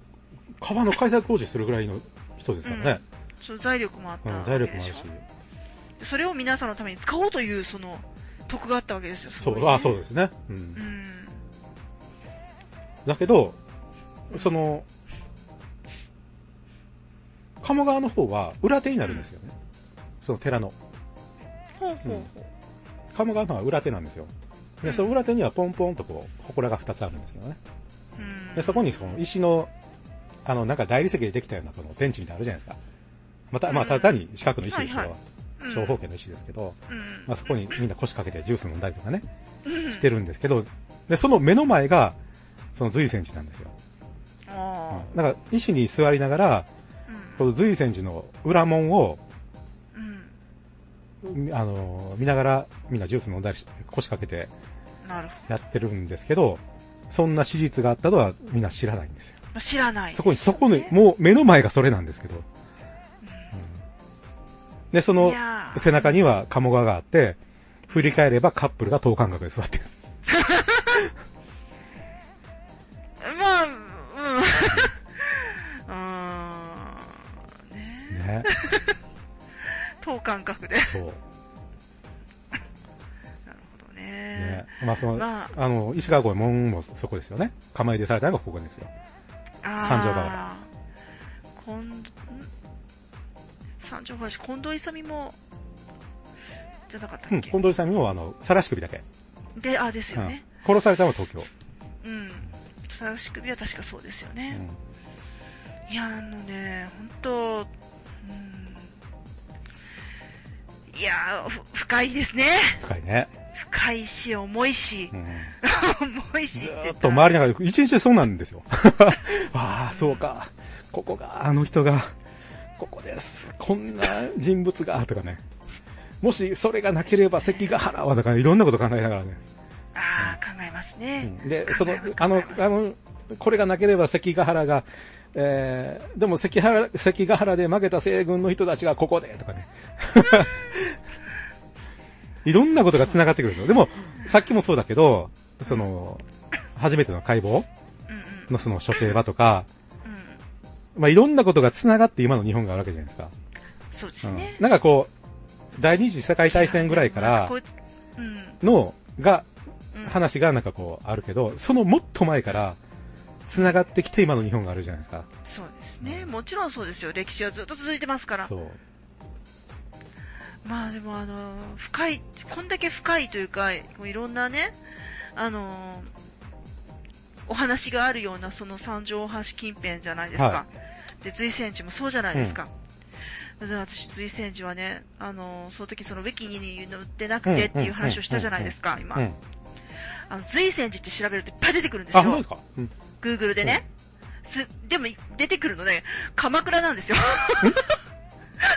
[SPEAKER 1] 川の改作工事するぐらいの人ですからね。
[SPEAKER 2] その財力もあった
[SPEAKER 1] う
[SPEAKER 2] わ
[SPEAKER 1] ん、
[SPEAKER 2] けでし
[SPEAKER 1] 財
[SPEAKER 2] ょ。
[SPEAKER 1] 力もあるし。
[SPEAKER 2] それを皆さんのために使おうという、その、徳があったわけですよ。す
[SPEAKER 1] そ、
[SPEAKER 2] ごいうね
[SPEAKER 1] ああ、そうですね。うん
[SPEAKER 2] う。ん。
[SPEAKER 1] だけど、その、鴨川の方は裏手になるんですよね。その寺の。
[SPEAKER 2] ほうほうほう。
[SPEAKER 1] 鴨川の方は裏手なんですよ。
[SPEAKER 2] う
[SPEAKER 1] で、
[SPEAKER 2] ん
[SPEAKER 1] その裏手にはポンポンとこう、祠が2つあるんですけどね。
[SPEAKER 2] うん。
[SPEAKER 1] で、そこにその石の、あの、なんか大理石でできたようなこのベンチみたいなのあるじゃないですか。また、まあ、
[SPEAKER 2] うん
[SPEAKER 1] ただ単に四角の石ですけ
[SPEAKER 2] はい
[SPEAKER 1] ど
[SPEAKER 2] は、うん、
[SPEAKER 1] 長方形の石ですけど、
[SPEAKER 2] うん。
[SPEAKER 1] まあ、そこにみんな腰掛けてジュース飲んだりとかね、
[SPEAKER 2] うん
[SPEAKER 1] して。るんですけど、で、その目の前が、その随泉寺なんですよ。
[SPEAKER 2] あ
[SPEAKER 1] うんなんか、石に座りながら、
[SPEAKER 2] あ。
[SPEAKER 1] この随泉寺の裏門を
[SPEAKER 2] うん。うん。
[SPEAKER 1] あの、見ながらみんなジュース飲んだりし腰掛けて
[SPEAKER 2] なるほど
[SPEAKER 1] やってるんですけど、そんな史実があったとはみんな知らないんですよ。
[SPEAKER 2] まあ。知らないです
[SPEAKER 1] そ
[SPEAKER 2] よ
[SPEAKER 1] こ
[SPEAKER 2] ね、
[SPEAKER 1] に、そこに、もう目の前がそれなんですけど。うんで、その
[SPEAKER 2] いやー
[SPEAKER 1] 背中には鴨川があって、振り返ればカップルが等間隔で座ってるんです。
[SPEAKER 2] まあ、 うん。うーん。ね
[SPEAKER 1] ね。
[SPEAKER 2] 等間隔で。
[SPEAKER 1] そう。
[SPEAKER 2] なるほ
[SPEAKER 1] ね
[SPEAKER 2] どね。。
[SPEAKER 1] まあ、その、
[SPEAKER 2] ま
[SPEAKER 1] あ
[SPEAKER 2] あ、
[SPEAKER 1] の、石川五右衛門もそこですよね。釜入れされたのがここですよ。
[SPEAKER 2] あー
[SPEAKER 1] 三条河原。
[SPEAKER 2] こん、ん三条橋、近藤勇も、じゃなかった
[SPEAKER 1] う
[SPEAKER 2] っ
[SPEAKER 1] ん。
[SPEAKER 2] け、
[SPEAKER 1] 近藤勇も、あの、さらし首だけ。
[SPEAKER 2] で、あ、です
[SPEAKER 1] う
[SPEAKER 2] よ
[SPEAKER 1] ん
[SPEAKER 2] ね。。
[SPEAKER 1] 殺されたのは東京。
[SPEAKER 2] うん。正し首は確かそうですよ
[SPEAKER 1] う
[SPEAKER 2] ね。
[SPEAKER 1] ん。
[SPEAKER 2] いや、あのね、本当、うん、いやふ深いですね。
[SPEAKER 1] 深いね。
[SPEAKER 2] 深いし、重いし
[SPEAKER 1] う、ん。
[SPEAKER 2] 重いし
[SPEAKER 1] ず
[SPEAKER 2] って
[SPEAKER 1] ー
[SPEAKER 2] 言
[SPEAKER 1] っ
[SPEAKER 2] った
[SPEAKER 1] と
[SPEAKER 2] ら
[SPEAKER 1] 回りながら、一日でそうなんですよ。 ああ、そうか。ここが、あの人が、ここです。こんな人物が、とかね。もし、それがなければ関ヶ原は、だからいろんなこと考えながらね。
[SPEAKER 2] ああ、考えますね。
[SPEAKER 1] うんで、
[SPEAKER 2] 考え
[SPEAKER 1] その
[SPEAKER 2] ます、
[SPEAKER 1] あの
[SPEAKER 2] 考え、ます
[SPEAKER 1] あの、これがなければ関ヶ原が、えー、でも関原関ヶ原で負けた西軍の人たちがここで、とかね。いろんなことが繋がってくるんですよ。でも、さっきもそうだけど、その、初めての解剖
[SPEAKER 2] うん
[SPEAKER 1] のその処刑場とか、
[SPEAKER 2] うん。うん。
[SPEAKER 1] まあ、いろんなことが繋がって今の日本があるわけじゃないですか。
[SPEAKER 2] そうで
[SPEAKER 1] う
[SPEAKER 2] す
[SPEAKER 1] ん
[SPEAKER 2] ね。
[SPEAKER 1] なんかこう、第二次世界大戦ぐらいか
[SPEAKER 2] なん
[SPEAKER 1] ら
[SPEAKER 2] こいつうん。
[SPEAKER 1] の、が、
[SPEAKER 2] うん
[SPEAKER 1] 話がなんかこうあるけど、そのもっと前から繋がってきて今の日本があるじゃないですか。
[SPEAKER 2] そうですね。もちろんそうですよ。歴史はずっと続いてますから
[SPEAKER 1] そ。う。
[SPEAKER 2] まあでもあのー、深い、こんだけ深いというか、こういろんなね、あのー、お話があるようなその三条大橋近辺じゃないですか。
[SPEAKER 1] は
[SPEAKER 2] で、随泉寺もそうじゃないですか。で私、随泉寺はね、あのー、その時そのウィキに載ってなくてっていう話をしたじゃないですか、今。
[SPEAKER 1] うん。
[SPEAKER 2] あの、随泉寺って調べるといっぱい出てくるんです
[SPEAKER 1] あ、本当
[SPEAKER 2] よ
[SPEAKER 1] です。かうん。
[SPEAKER 2] Google でね。す、でも、出てくるのね、鎌倉なんですよ。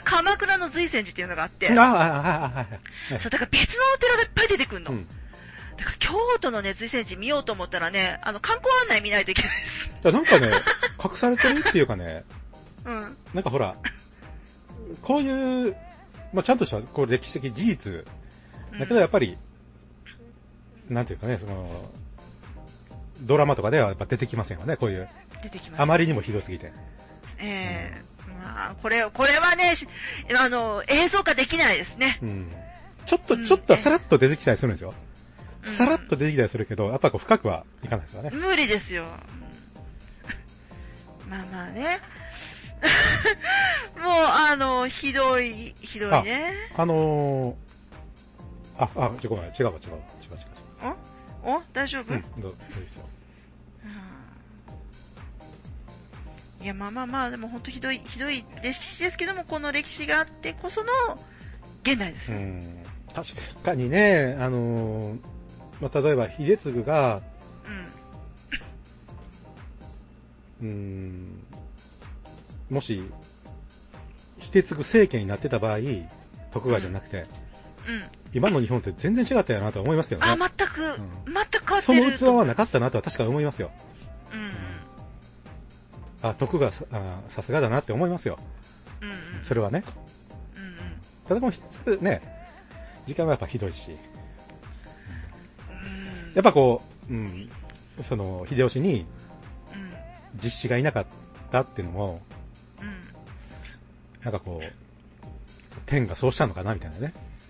[SPEAKER 2] 鎌倉の随泉寺っていうのがあって。
[SPEAKER 1] ああ、ああ、ああ、はい
[SPEAKER 2] そう、だから別のお寺がいっぱい出てくるの。
[SPEAKER 1] うん。
[SPEAKER 2] だから京都のね、随泉寺見ようと思ったらね、あの、観光案内見ないといけないです。
[SPEAKER 1] だからなん かね、隠されてるって いうかね、
[SPEAKER 2] うん。
[SPEAKER 1] なんかほら、こういう、まあ、ちゃんとした、こう歴史的事実だけどやっぱり、なんていうかね、その、ドラマとかではやっぱ出てきませんよね、こういう。
[SPEAKER 2] うん出てきます。
[SPEAKER 1] あまりにもひどすぎて。
[SPEAKER 2] ええまあ、これ、これはね、しあの、映像化できないですね。
[SPEAKER 1] うん。ちょっと、
[SPEAKER 2] うん
[SPEAKER 1] ちょっとさらっと出てきたりするんですよ。
[SPEAKER 2] うん
[SPEAKER 1] さらっと出てきたりするけど、やっぱこう深くはいかないですよね。
[SPEAKER 2] 無理ですよ。うん まあまあね。もう、あの、ひどい、ひどいね。
[SPEAKER 1] あのー、あ、あ、ちょ、ごめん、違うわ、違うわ、違う、違う
[SPEAKER 2] おお大丈夫、
[SPEAKER 1] 違う。うん、どうどうですよ。
[SPEAKER 2] いや、まあまあまあ、でも本当ひどい、ひどい歴史ですけども、この歴史があってこその、現代です
[SPEAKER 1] う
[SPEAKER 2] よ。
[SPEAKER 1] ん。確かにね、あのー、まあ、例えば、秀次が、
[SPEAKER 2] う
[SPEAKER 1] うん、もし、秀次政権になってた場合、徳川じゃなくて、
[SPEAKER 2] ん。うん。
[SPEAKER 1] 今の日本って全然違ったよなとは思いますけど
[SPEAKER 2] あ、
[SPEAKER 1] ね。
[SPEAKER 2] 全く、
[SPEAKER 1] ん
[SPEAKER 2] 全く変わっ
[SPEAKER 1] そ
[SPEAKER 2] て
[SPEAKER 1] の
[SPEAKER 2] る
[SPEAKER 1] 器
[SPEAKER 2] と思
[SPEAKER 1] は
[SPEAKER 2] う。
[SPEAKER 1] なかったなとは確かに思いますよ。
[SPEAKER 2] うん
[SPEAKER 1] あ、徳川さあさすがだなって思いますよ。
[SPEAKER 2] うん。うんうん。
[SPEAKER 1] それはね。
[SPEAKER 2] うんうん。
[SPEAKER 1] ただこの一つね、時間はやっぱひどいし、
[SPEAKER 2] うん
[SPEAKER 1] やっぱこう、うん、その、秀吉に
[SPEAKER 2] うん。
[SPEAKER 1] 実子がいなかったっていうのも、
[SPEAKER 2] うん。
[SPEAKER 1] なんかこう、天がそうしたのかなみたいなね。